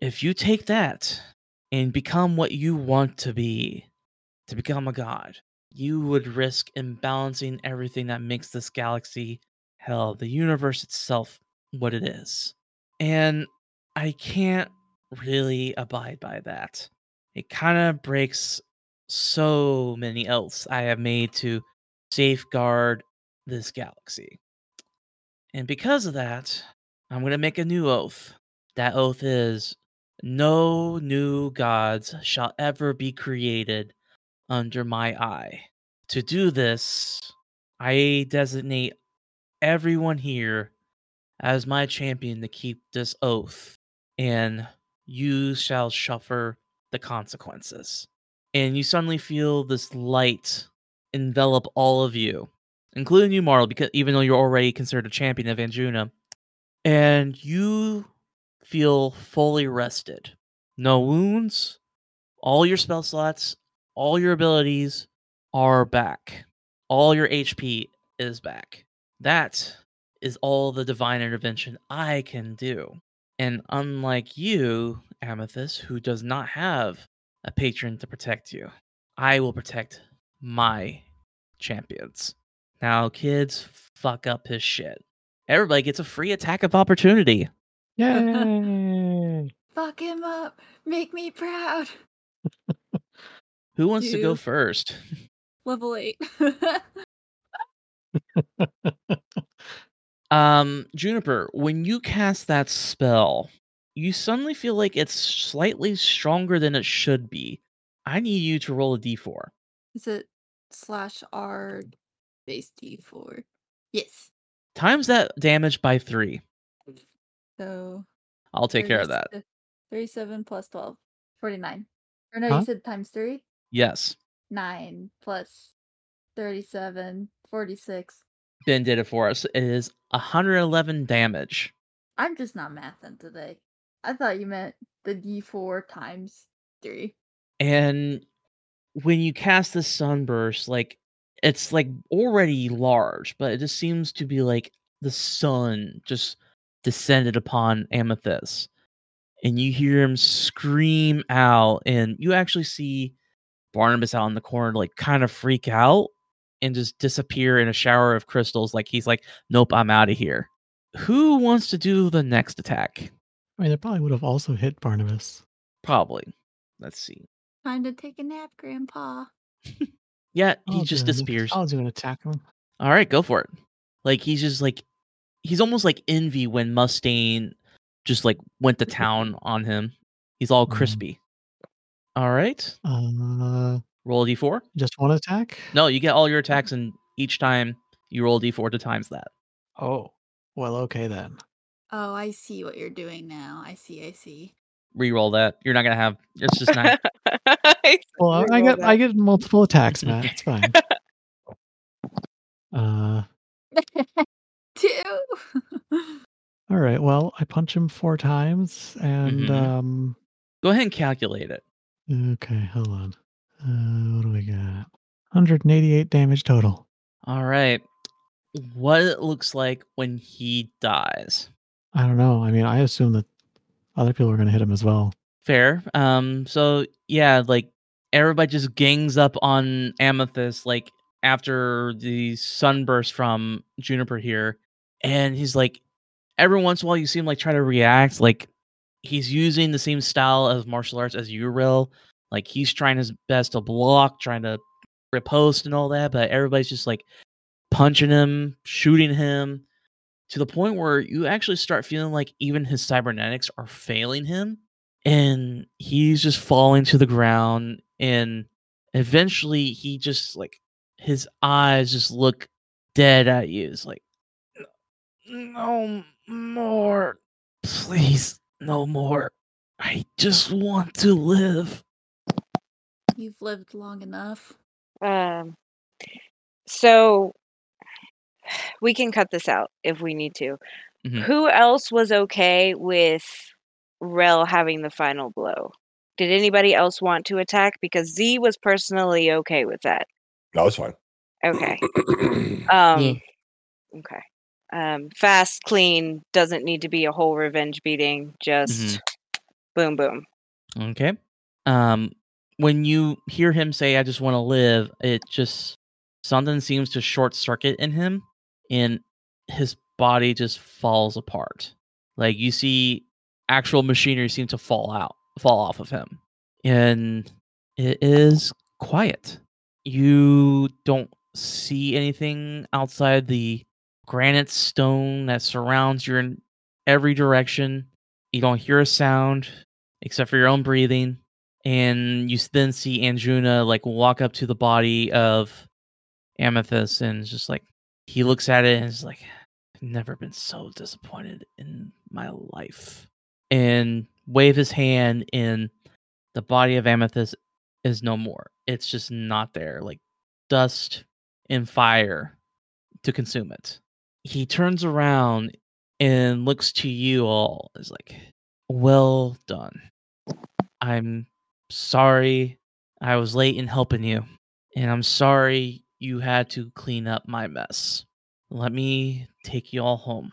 S3: if you take that and become what you want to be, to become a god, you would risk imbalancing everything that makes this galaxy hell, the universe itself, what it is. And I can't really abide by that. It kind of breaks so many else I have made to safeguard this galaxy. And because of that, I'm going to make a new oath. That oath is no new gods shall ever be created under my eye. To do this, I designate everyone here as my champion to keep this oath, and you shall suffer the consequences. And you suddenly feel this light envelop all of you, including you, Marl, because even though you're already considered a champion of Anjuna, and you feel fully rested. No wounds, all your spell slots, all your abilities are back. All your HP is back. That is all the divine intervention I can do. And unlike you, Amethyst, who does not have a patron to protect you. I will protect my champions. Now, kids, fuck up his shit. Everybody gets a free attack of opportunity.
S4: Yay!
S5: Fuck him up. Make me proud.
S3: Who wants to go
S5: You-
S3: first?
S5: Level eight.
S3: Um, Juniper, when you cast that spell, you suddenly feel like it's slightly stronger than it should be. I need you to roll a d4.
S5: Is it slash R base D four? Yes.
S3: Times that damage by three.
S5: So
S3: I'll take care of that.
S5: 37 Thirty-seven plus 12, 49. Or no,
S4: Huh?
S5: you said times three.
S3: Yes.
S5: Nine plus 37, 46.
S3: Ben did it for us. It is 111 damage.
S5: I'm just not mathing today. I thought you meant the D4 times three.
S3: and when you cast this sunburst like it's like already large but it just seems to be like the sun just descended upon amethyst and you hear him scream out and you actually see barnabas out in the corner like kind of freak out and just disappear in a shower of crystals like he's like nope i'm out of here who wants to do the next attack
S4: I mean, it probably would have also hit Barnabas.
S3: probably let's see
S5: Time to take a nap, Grandpa.
S3: yeah
S4: I'll
S3: he
S4: do
S3: just
S4: an-
S3: disappears
S4: I'll do an attack him.
S3: All right, go for it. Like he's just like he's almost like envy when Mustaine just like went to town on him. He's all
S4: Mhm.
S3: crispy. All right,
S4: Uh,
S3: roll a d4.
S4: just one attack.
S3: No, you get all your attacks, and each time you roll a d4 to times that.
S4: Oh, well, okay then.
S5: Oh, I see what you're doing now. I see, I see.
S3: Reroll that. You're not gonna have. It's just not.
S4: Well, I- I
S7: Reroll
S4: get
S7: that.
S4: I get multiple attacks, Matt. It's fine. uh,
S5: Two.
S4: all right. Well, I punch him four times, and
S3: Mhm.
S4: um,
S3: go ahead and calculate it.
S4: okay, hold on. Uh, what do we got? 188 damage total.
S3: All right, what it looks like when he dies.
S4: I don't know. I mean, I assume that other people are going to hit him as well.
S3: Fair. Um. So yeah, like everybody just gangs up on Amethyst, like after the sunburst from Juniper here, and he's like, every once in a while you see him like try to react, like he's using the same style of martial arts as Uriel, like he's trying his best to block, trying to repost and all that, but everybody's just like punching him, shooting him. To the point where you actually start feeling like even his cybernetics are failing him and he's just falling to the ground and eventually he just like his eyes just look dead at you it's like no more please no more i just want to live
S5: You've lived long enough.
S7: um, so we can cut this out if we need to.
S3: Mhm.
S7: Who else was okay with Rel having the final blow? Did anybody else want to attack? Because Z was personally okay with that.
S2: No, it's fine.
S7: Okay. Um,
S6: Yeah.
S7: Okay. Um, fast, clean, doesn't need to be a whole revenge beating.
S4: Mm-hmm.
S7: Just boom, boom.
S3: okay um when you hear him say i just want to live it just something seems to short circuit in him and his body just falls apart. Like you see actual machinery seem to fall out, fall off of him. And it is quiet. You don't see anything outside the granite stone that surrounds you in every direction. You don't hear a sound except for your own breathing. And you s- then see Anjuna like walk up to the body of Amethyst and is just like, he looks at it and is like, I've never been so disappointed in my life. And wave his hand and the body of Amethyst is no more. It's just not there. Like dust and fire to consume it. He turns around and looks to you all is like, Well done. I'm sorry I was late in helping you. And I'm sorry you had to clean up my mess let me take you all home,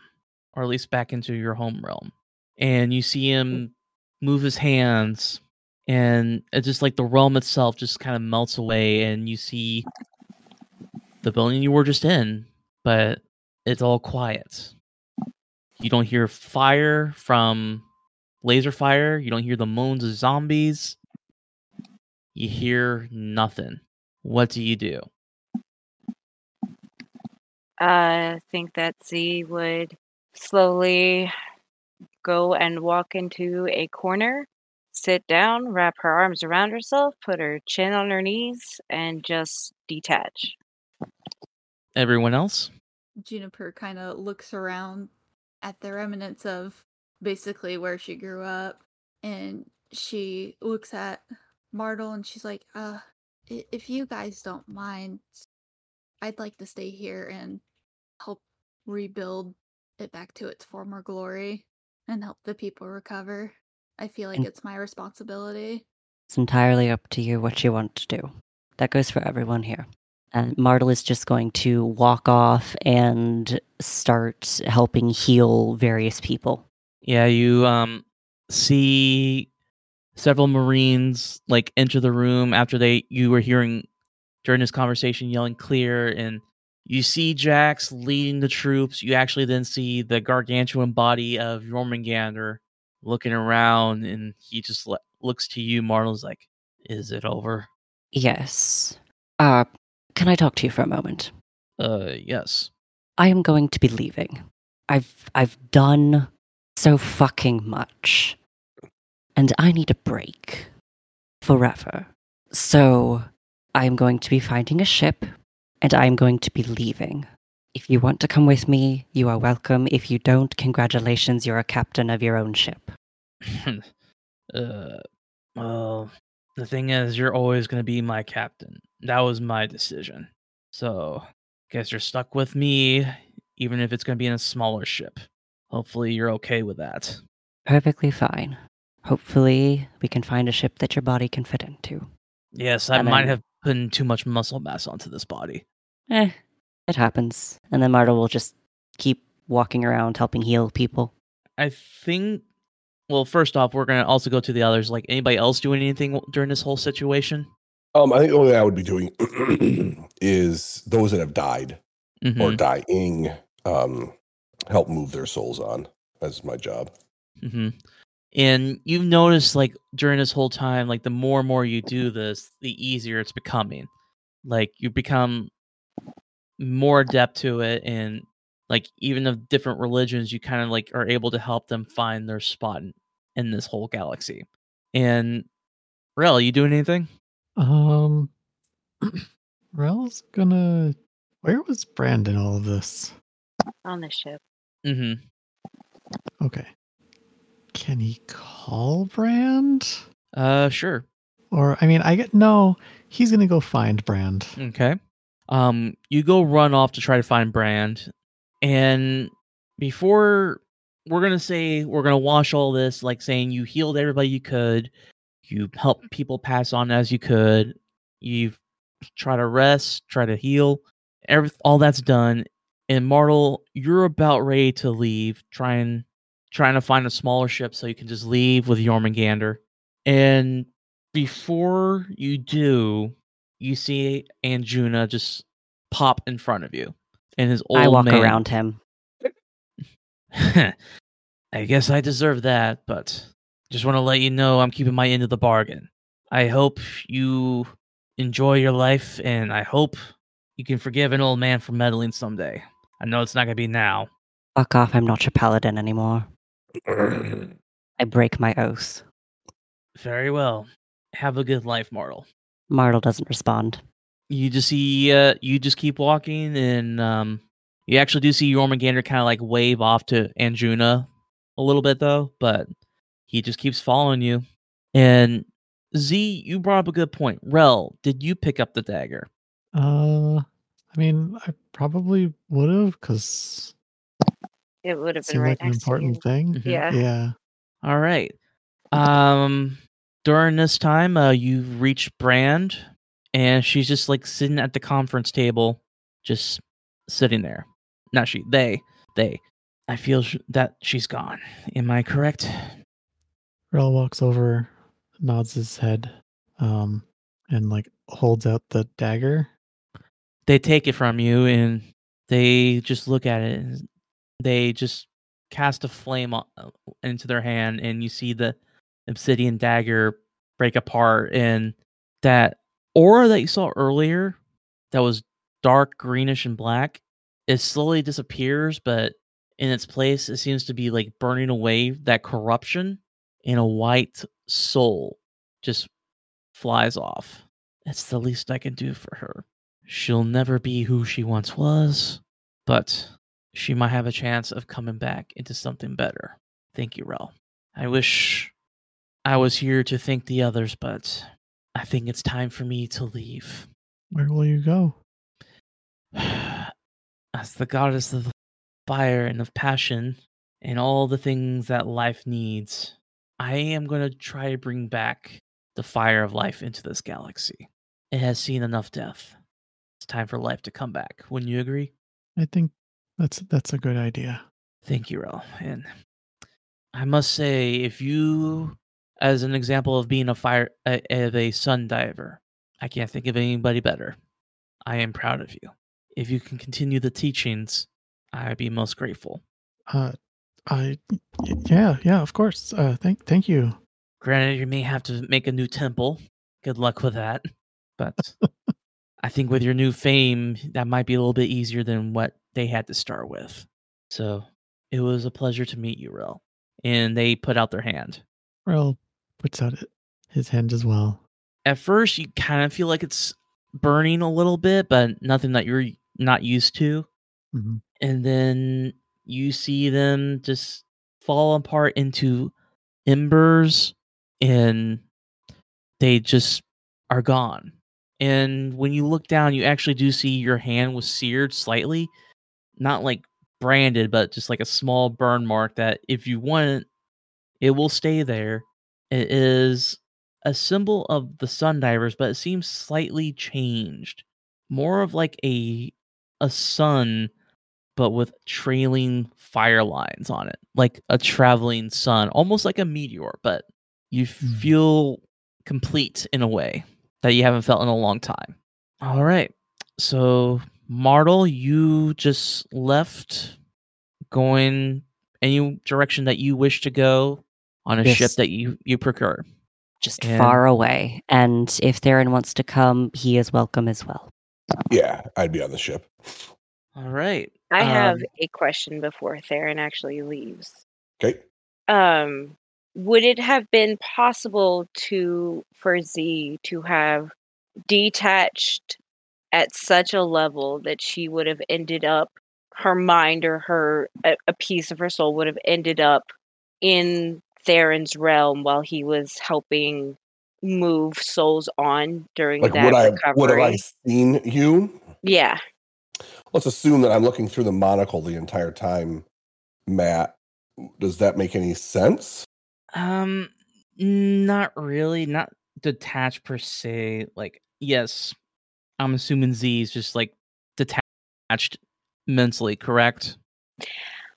S3: or at least back into your home realm. And you see him move his hands, and it's just like the realm itself just kind of melts away, and you see the building you were just in, but it's all quiet. You don't hear fire from laser fire. You don't hear the moans of zombies. You hear nothing. What do you do?
S7: I think that Z would slowly go and walk into a corner, sit down, wrap her arms around herself, put her chin on her knees, and just detach.
S3: Everyone else?
S5: Juniper kind of looks around at the remnants of basically where she grew up and she looks at Martle and she's like, uh, i- if you guys don't mind, I'd like to stay here and help rebuild it back to its former glory and help the people recover. I feel like
S6: And-
S5: it's my responsibility.
S6: It's entirely up to you what you want to do. That goes for everyone here. And Martel is just going to walk off and start helping heal various people.
S3: Yeah, you um see several Marines like enter the room after they you were hearing during this conversation yelling clear and you see Jax leading the troops. You actually then see the gargantuan body of Jormungandr looking around and he just le- looks to you, Marlon's like, Is it over?
S6: Yes. Uh, can I talk to you for a moment?
S3: Uh yes.
S6: I am going to be leaving. I've I've done so fucking much. And I need a break forever. So I am going to be finding a ship and I am going to be leaving. If you want to come with me, you are welcome. If you don't, congratulations, you're a captain of your own ship.
S3: uh well the thing is you're always going to be my captain that was my decision so guess you're stuck with me even if it's going to be in a smaller ship hopefully you're okay with that
S6: Perfectly fine. Hopefully, we can find a ship that your body can fit into.
S3: yes i
S6: And
S3: might
S6: then-
S3: have put in too much muscle mass onto this body
S6: Eh, it happens. And then Marta will just keep walking around helping heal people.
S3: i think well first off we're going to also go to the others like anybody else doing anything w- during this whole situation
S2: Um, I think the only thing I would be doing is those that have died
S6: Mm-hmm.
S3: Mhm.
S2: or dying, um, help move their souls on. That's my job.
S3: hmm And you've noticed, like, during this whole time, like, the more and more you do this, the easier it's becoming. Like, you become more adept to it. And, like, even of different religions, you kind of, like, are able to help them find their spot in, in this whole galaxy. And, Rel, you doing anything?
S4: Um, Rel's gonna. Where was Brandon all of this?
S7: On the ship.
S3: Mm
S4: Okay. Can he call Brand?
S3: hmm. Uh, sure.
S4: Or I mean, I get no. He's gonna go find Brand.
S3: Okay. Um, you go run off to try to find Brand, and before we're gonna say we're gonna wash all this, like saying you healed everybody you could, you helped people pass on as you could, you've tried to rest, try to heal, every all that's done. And Martel, you're about ready to leave, trying trying to find a smaller ship so you can just leave with Jormungandr. And before you do, you see Anjuna just pop in front of you, and his old
S6: I walk
S3: man-
S6: around him.
S3: I guess I deserve that, but just want to let you know I'm keeping my end of the bargain. I hope you enjoy your life, and I hope you can forgive an old man for meddling someday. I know it's not gonna be now.
S6: Fuck off, I'm not your paladin anymore. I break my oath.
S3: Very well. Have a good life, Martel.
S6: Martel doesn't respond.
S3: You just see, uh, you just keep walking, and um, you actually do see Jormungandr kind of like wave off to Anjuna a little bit though, but he just keeps following you. And Z, you brought up a good point. Rel, did you pick up the dagger?
S4: Uh, I mean, I probably would have because
S7: It
S4: it
S7: would have been
S4: seemed
S7: right
S4: like an
S7: next
S4: important
S7: to
S4: thing.
S3: Mhm.
S7: you. Yeah.
S4: Yeah.
S3: All right. Um, during this time, uh, you've reached Brand, and she's just like sitting at the conference table, just sitting there. Not she, they, they. I feel sh- that she's gone. Am I correct?
S4: Rel walks over, nods his head, um, and like holds out the dagger.
S3: They take it from you and they just look at it. and They just cast a flame o- uh, into their hand, and you see the obsidian dagger break apart. And that aura that you saw earlier, that was dark greenish and black, it slowly disappears, but in its place, it seems to be like burning away that corruption, and a white soul just flies off. That's the least I can do for her. She'll never be who she once was, but she might have a chance of coming back into something better. Thank you, Rel. I wish I was here to thank the others, but I think it's time for me to leave.
S4: Where will you go?
S3: As the goddess of fire and of passion and all the things that life needs, I am going to try to bring back the fire of life into this galaxy. It has seen enough death. It's time for life to come back. Wouldn't you agree?
S4: I think that's that's a good idea.
S3: Thank you, Rel. And I must say, if you, as an example of being a fire, a, of a sun diver, I can't think of anybody better. I am proud of you. If you can continue the teachings, I'd be most grateful.
S4: Uh, I y- yeah yeah of course. Uh, thank thank you.
S3: Granted, you may have to make a new temple. Good luck with that. But I think with your new fame, that might be a little bit easier than what they had to start with. So it was a pleasure to meet you, Rel. And they put out their hand.
S4: Rel puts out it- his hand as well.
S3: at first you kind of feel like it's burning a little bit, but nothing that you're not used to.
S4: Mhm.
S3: And then you see them just fall apart into embers and they just are gone. And when you look down, you actually do see your hand was seared slightly, not like branded, but just like a small burn mark that if you want it, it will stay there. It is a symbol of the sun divers but it seems slightly changed more of like a a sun but with trailing fire lines on it like a traveling sun almost like a meteor but you
S4: Hmm.
S3: feel complete in a way that you haven't felt in a long time all right so martel you just left going any direction that you wish to go on a ship
S6: Yes.
S3: that you you procure
S6: Just
S3: And-
S6: far away. And if Theron wants to come, he is welcome as well.
S2: Yeah, I'd be on the ship.
S3: All right.
S7: I have
S3: Um,
S7: a question before Theron actually leaves.
S2: Okay.
S7: um would it have been possible to for z to have detached at such a level that she would have ended up her mind or her a, a piece of her soul would have ended up in theron's realm while he was helping move souls on during
S2: Like,
S7: that
S2: would I,
S7: recovery
S2: would have I seen you?
S7: yeah
S2: Let's assume that I'm looking through the monocle the entire time, Matt. Does that make any sense?
S3: Um, not really, not detached per se. Like, yes, I'm assuming Z is just like detached mentally, correct?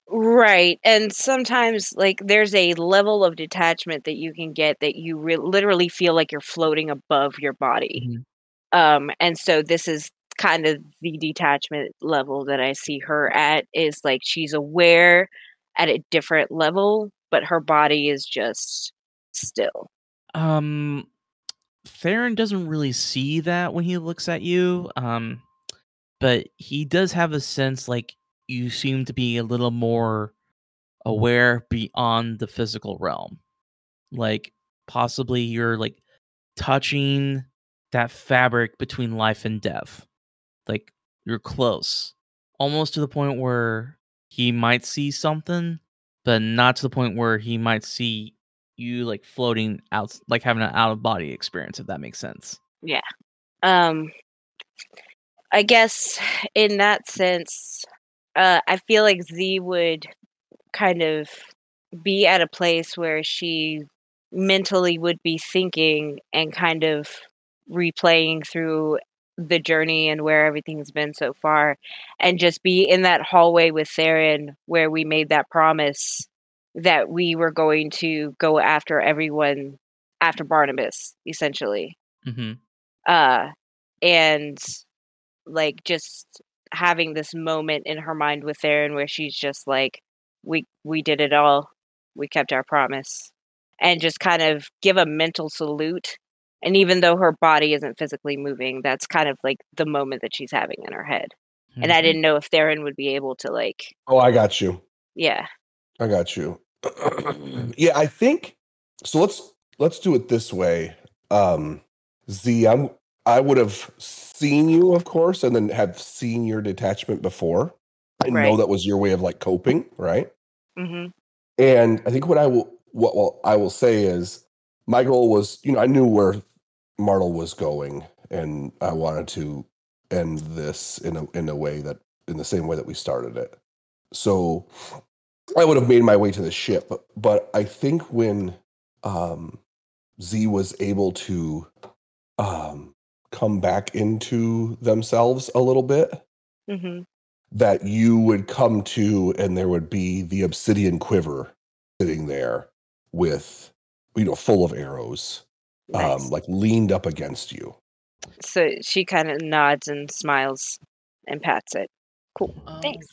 S7: Right. And sometimes, like, there's a level of detachment that you can get that you re- literally feel like you're floating above your body. Um, and so, this is kind of the detachment level that I see her at is like she's aware at a different level, but her body is just still.
S3: Um, Theron doesn't really see that when he looks at you. Um, but he does have a sense like you seem to be a little more aware beyond the physical realm. Like possibly you're like touching that fabric between life and death. Like you're close. Almost to the point where he might see something, but not to the point where he might see you like floating out like having an out of body experience if that makes sense
S7: Um, I guess in that sense, uh, I feel like Z would kind of be at a place where she mentally would be thinking and kind of replaying through the journey and where everything's been so far and just be in that hallway with Theron where we made that promise that we were going to go after everyone after Barnabas, essentially.
S3: hmm
S7: Uh, and like just having this moment in her mind with Theron where she's just like, we we did it all, we kept our promise, and just kind of give a mental salute. And even though her body isn't physically moving, that's kind of like the moment that she's having in her head. And
S3: Mm-hmm.
S7: I didn't know if Theron would be able to like,
S2: Oh, I got you.
S7: yeah,
S2: I got you. yeah, I think so. Let's let's do it this way. Um, Z, I'm I would have seen you, of course, and then have seen your detachment before. I know
S7: Right.
S2: that was your way of like coping, right?
S7: hmm
S2: And I think what I will what well I will say is my goal was, you know, I knew where Martel was going and I wanted to end this in a in a way that in the same way that we started it. So I would have made my way to the ship, but, but I think when um Z was able to um come back into themselves a little bit,
S7: hmm
S2: that you would come to and there would be the obsidian quiver sitting there with you know full of arrows um like leaned up against you
S7: so she kind of nods and smiles and pats it. Cool.
S3: Um,
S7: Thanks.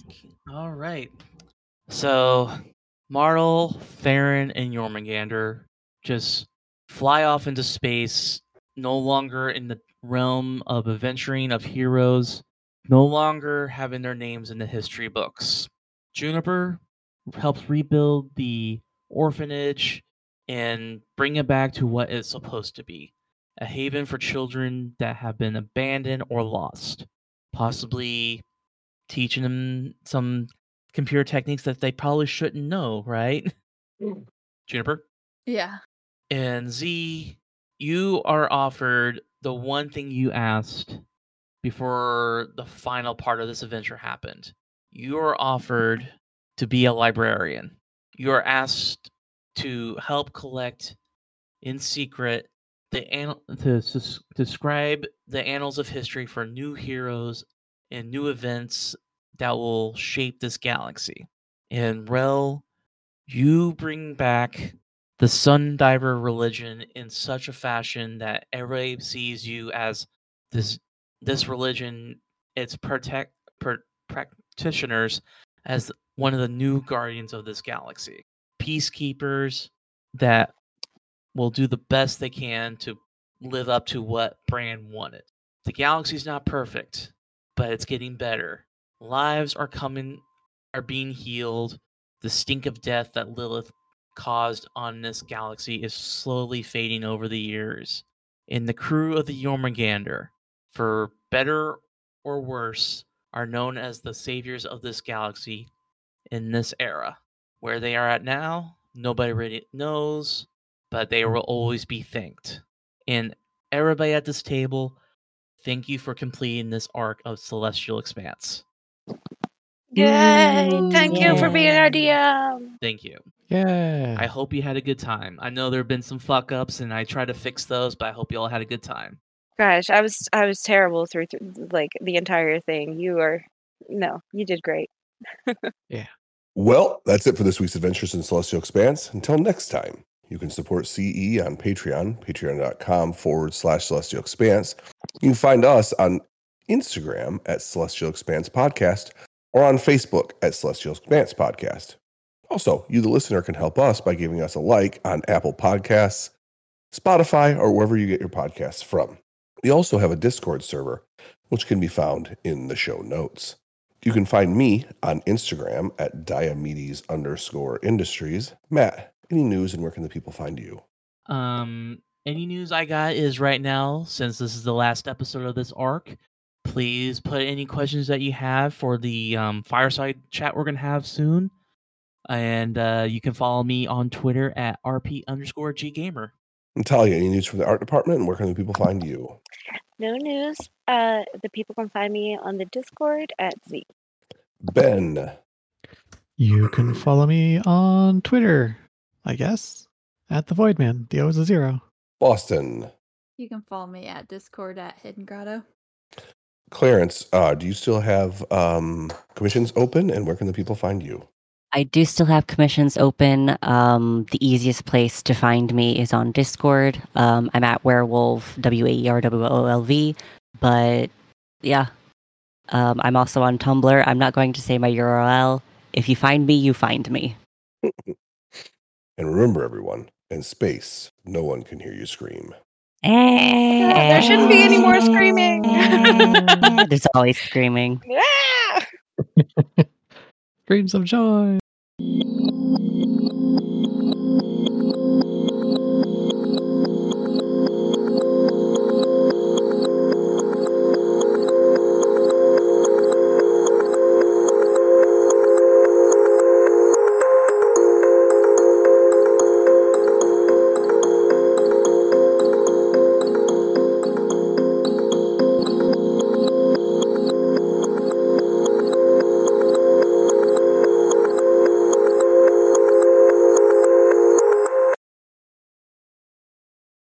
S3: Oh, All right. So, Martel, Farron, and Jormungandr just fly off into space, no longer in the realm of adventuring of heroes, no longer having their names in the history books. Juniper helps rebuild the orphanage and bring it back to what it's supposed to be a haven for children that have been abandoned or lost, possibly teaching them some computer techniques that they probably shouldn't know, right? Juniper
S5: Yeah.
S3: and Z, you are offered the one thing you asked before the final part of this adventure happened. You are offered to be a librarian. You are asked to help collect in secret the an- to sus- describe the annals of history for new heroes and new events that will shape this galaxy. And Rel, you bring back the sun diver religion in such a fashion that everybody sees you as this this religion its protect pr practitioners as one of the new guardians of this galaxy peacekeepers that will do the best they can to live up to what brand wanted the galaxy's not perfect but it's getting better lives are coming are being healed the stink of death that lilith caused on this galaxy is slowly fading over the years. And the crew of the Jormungandr, for better or worse, are known as the saviors of this galaxy in this era. Where they are at now, nobody really knows, but they will always be thanked. And everybody at this table, thank you for completing this arc of Celestial Expanse.
S7: Yay! Thank you for being our
S6: Yay.
S7: DM.
S3: Thank you.
S4: Yeah.
S3: I hope you had a good time. I know there have been some fuck ups, and I try to fix those, but I hope you all had a good time.
S7: Gosh, I was I was terrible through, through like the entire thing. You are no, you did great.
S2: Well, that's it for this week's Adventures in Celestial Expanse. Until next time, you can support CE on Patreon, patreon.com forward slash Celestial Expanse. You can find us on Instagram at Celestial Expanse Podcast or on Facebook at Celestial Expanse Podcast. Also, you, the listener, can help us by giving us a like on Apple Podcasts, Spotify, or wherever you get your podcasts from. We also have a Discord server, which can be found in the show notes. You can find me on Instagram at Diomedes underscore industries. Matt, any news and where can the people find you?
S3: Um, any news I got is right now, since this is the last episode of this arc, please put any questions that you have for the um, fireside chat we're going to have soon. And uh, you can follow me on Twitter at RP underscore G Gamer.
S2: Natalia, any news from the art department and where can the people find you?
S7: No news. Uh, the people can find me on the Discord at Z.
S2: Ben,
S4: You can follow me on Twitter, I guess, at the Voidman. The O is a zero.
S2: Boston,
S5: You can follow me at Discord at Hidden Grotto.
S2: Clarence, uh, do you still have um, commissions open and where can the people find you?
S6: I do still have commissions open. Um, the easiest place to find me is on Discord. Um, I'm at Werewolf W A E R W O L V, but yeah, um, I'm also on Tumblr. I'm not going to say my URL. If you find me, you find me.
S2: And remember, everyone, in space, no one can hear you scream.
S7: there shouldn't be any more screaming. Ah!
S6: There's always screaming.
S7: Yeah.
S4: Dreams of joy.